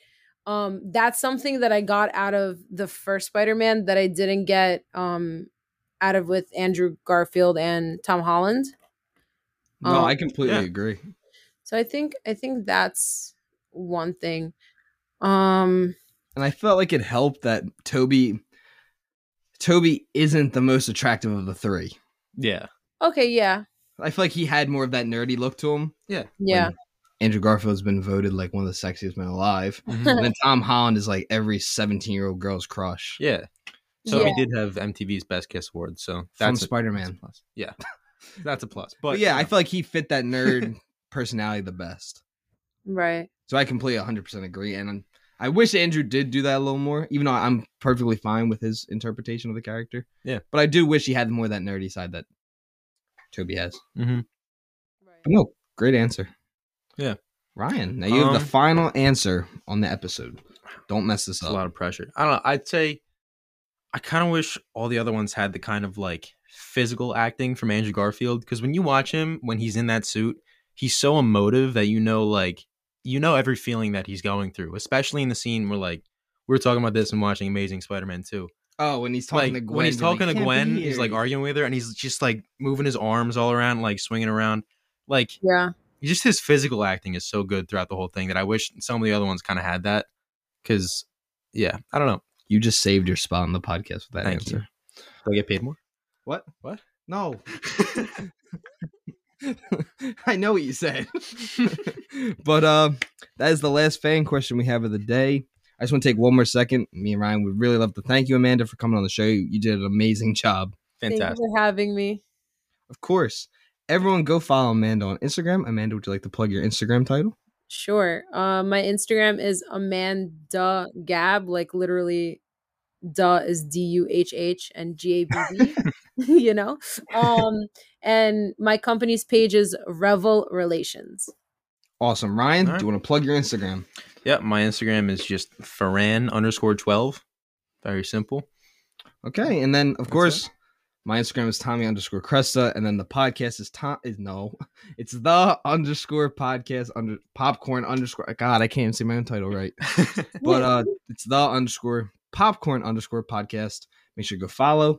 Speaker 3: um that's something that i got out of the first spider-man that i didn't get um out of with andrew garfield and tom holland
Speaker 1: No,
Speaker 3: Um,
Speaker 1: I completely
Speaker 2: yeah.
Speaker 1: agree.
Speaker 3: so i think i think that's one thing um
Speaker 1: and I felt like it helped that Toby Toby isn't the most attractive of the three.
Speaker 2: Yeah.
Speaker 3: okay yeah
Speaker 1: I feel like he had more of that nerdy look to him.
Speaker 3: yeah
Speaker 1: When Andrew Garfield's been voted like one of the sexiest men alive.
Speaker 2: Mm-hmm.
Speaker 1: And then Tom Holland is like every 17 year old girl's crush.
Speaker 2: Yeah. So
Speaker 3: yeah.
Speaker 2: we did have MTV's Best Kiss Award. So
Speaker 1: That's
Speaker 2: that's a, that's a
Speaker 1: Spider-Man.
Speaker 2: plus. Yeah. That's a plus. But,
Speaker 1: But yeah, I
Speaker 2: you know.
Speaker 1: feel like he fit that nerd personality the best.
Speaker 3: right
Speaker 1: So I completely 100% agree. And I'm- I wish Andrew did do that a little more, even though I'm perfectly fine with his interpretation of the character.
Speaker 2: Yeah.
Speaker 1: But I do wish he had more of that nerdy side that Toby has.
Speaker 2: Mhm.
Speaker 3: right
Speaker 1: No, great answer.
Speaker 2: Yeah.
Speaker 1: Ryan, now you have
Speaker 2: Um,
Speaker 1: the final answer on the episode. Don't mess this
Speaker 2: It's
Speaker 1: up.
Speaker 2: a lot of pressure. I don't know. I'd say I kind of wish all the other ones had the kind of like physical acting from Andrew Garfield because when you watch him when he's in that suit, he's so emotive that you know like you know every feeling that he's going through, especially in the scene where like we were talking about this and watching Amazing Spider-Man 2.
Speaker 1: oh, when he's talking
Speaker 2: Like
Speaker 1: to Gwen.
Speaker 2: when he's
Speaker 1: you're like,
Speaker 2: talking to
Speaker 1: "Can't be
Speaker 2: Gwen, he's
Speaker 1: here."
Speaker 2: like arguing with her and he's just like moving his arms all around, like swinging around. Like
Speaker 3: yeah
Speaker 2: just his physical acting is so good throughout the whole thing that I wish some of the other ones kind of had that cuz yeah, I don't know.
Speaker 1: You just saved your spot on the podcast with that
Speaker 2: Thank
Speaker 1: answer.
Speaker 2: you. Do I get paid more?
Speaker 1: What?
Speaker 2: What?
Speaker 1: No. I know what you said. but uh, that is the last fan question we have of the day. I just want to take one more second. Me and Ryan would really love to thank you, Amanda, for coming on the show. You you did an amazing job.
Speaker 3: Thank you for having me.
Speaker 1: Of course. Everyone go follow Amanda on Instagram. Amanda, would you like to plug your Instagram title?
Speaker 3: Sure. Uh, my Instagram is Amanda Gab, like literally, duh is D U H H and G A B B, you know? Um, and my company's page is Revel Relations.
Speaker 1: Awesome. Ryan,
Speaker 2: All right.
Speaker 1: do you want to plug your Instagram?
Speaker 2: Yep, my Instagram is just Faran underscore twelve. Very simple.
Speaker 1: Okay. And then, of
Speaker 2: That's
Speaker 1: course, My Instagram is Tommy underscore Cresta, and then the podcast is Tom is no, it's the underscore podcast under popcorn underscore. God, I can't even say my own title right. But uh, it's the underscore popcorn underscore podcast. Make sure you go follow.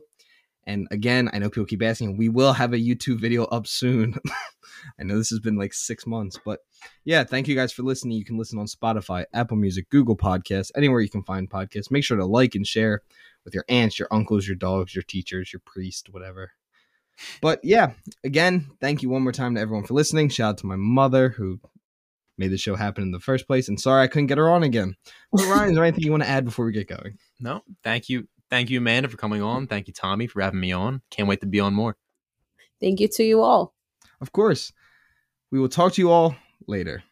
Speaker 1: And again, I know people keep asking. We will have a YouTube video up soon. I know this has been like six months, but yeah, thank you guys for listening. You can listen on Spotify, Apple Music, Google Podcasts, anywhere you can find podcasts. Make sure to like and share with your aunts, your uncles, your dogs, your teachers, your priest, whatever. But yeah, again, thank you one more time to everyone for listening. Shout out to my mother who made the show happen in the first place. And sorry I couldn't get her on again. But Ryan, is there anything you want to add before we get going?
Speaker 2: no, thank you. Thank you, Amanda, for coming on. Thank you, Tommy, for having me on. Can't wait to be on more.
Speaker 3: Thank you to you all.
Speaker 1: Of course. We will talk to you all later.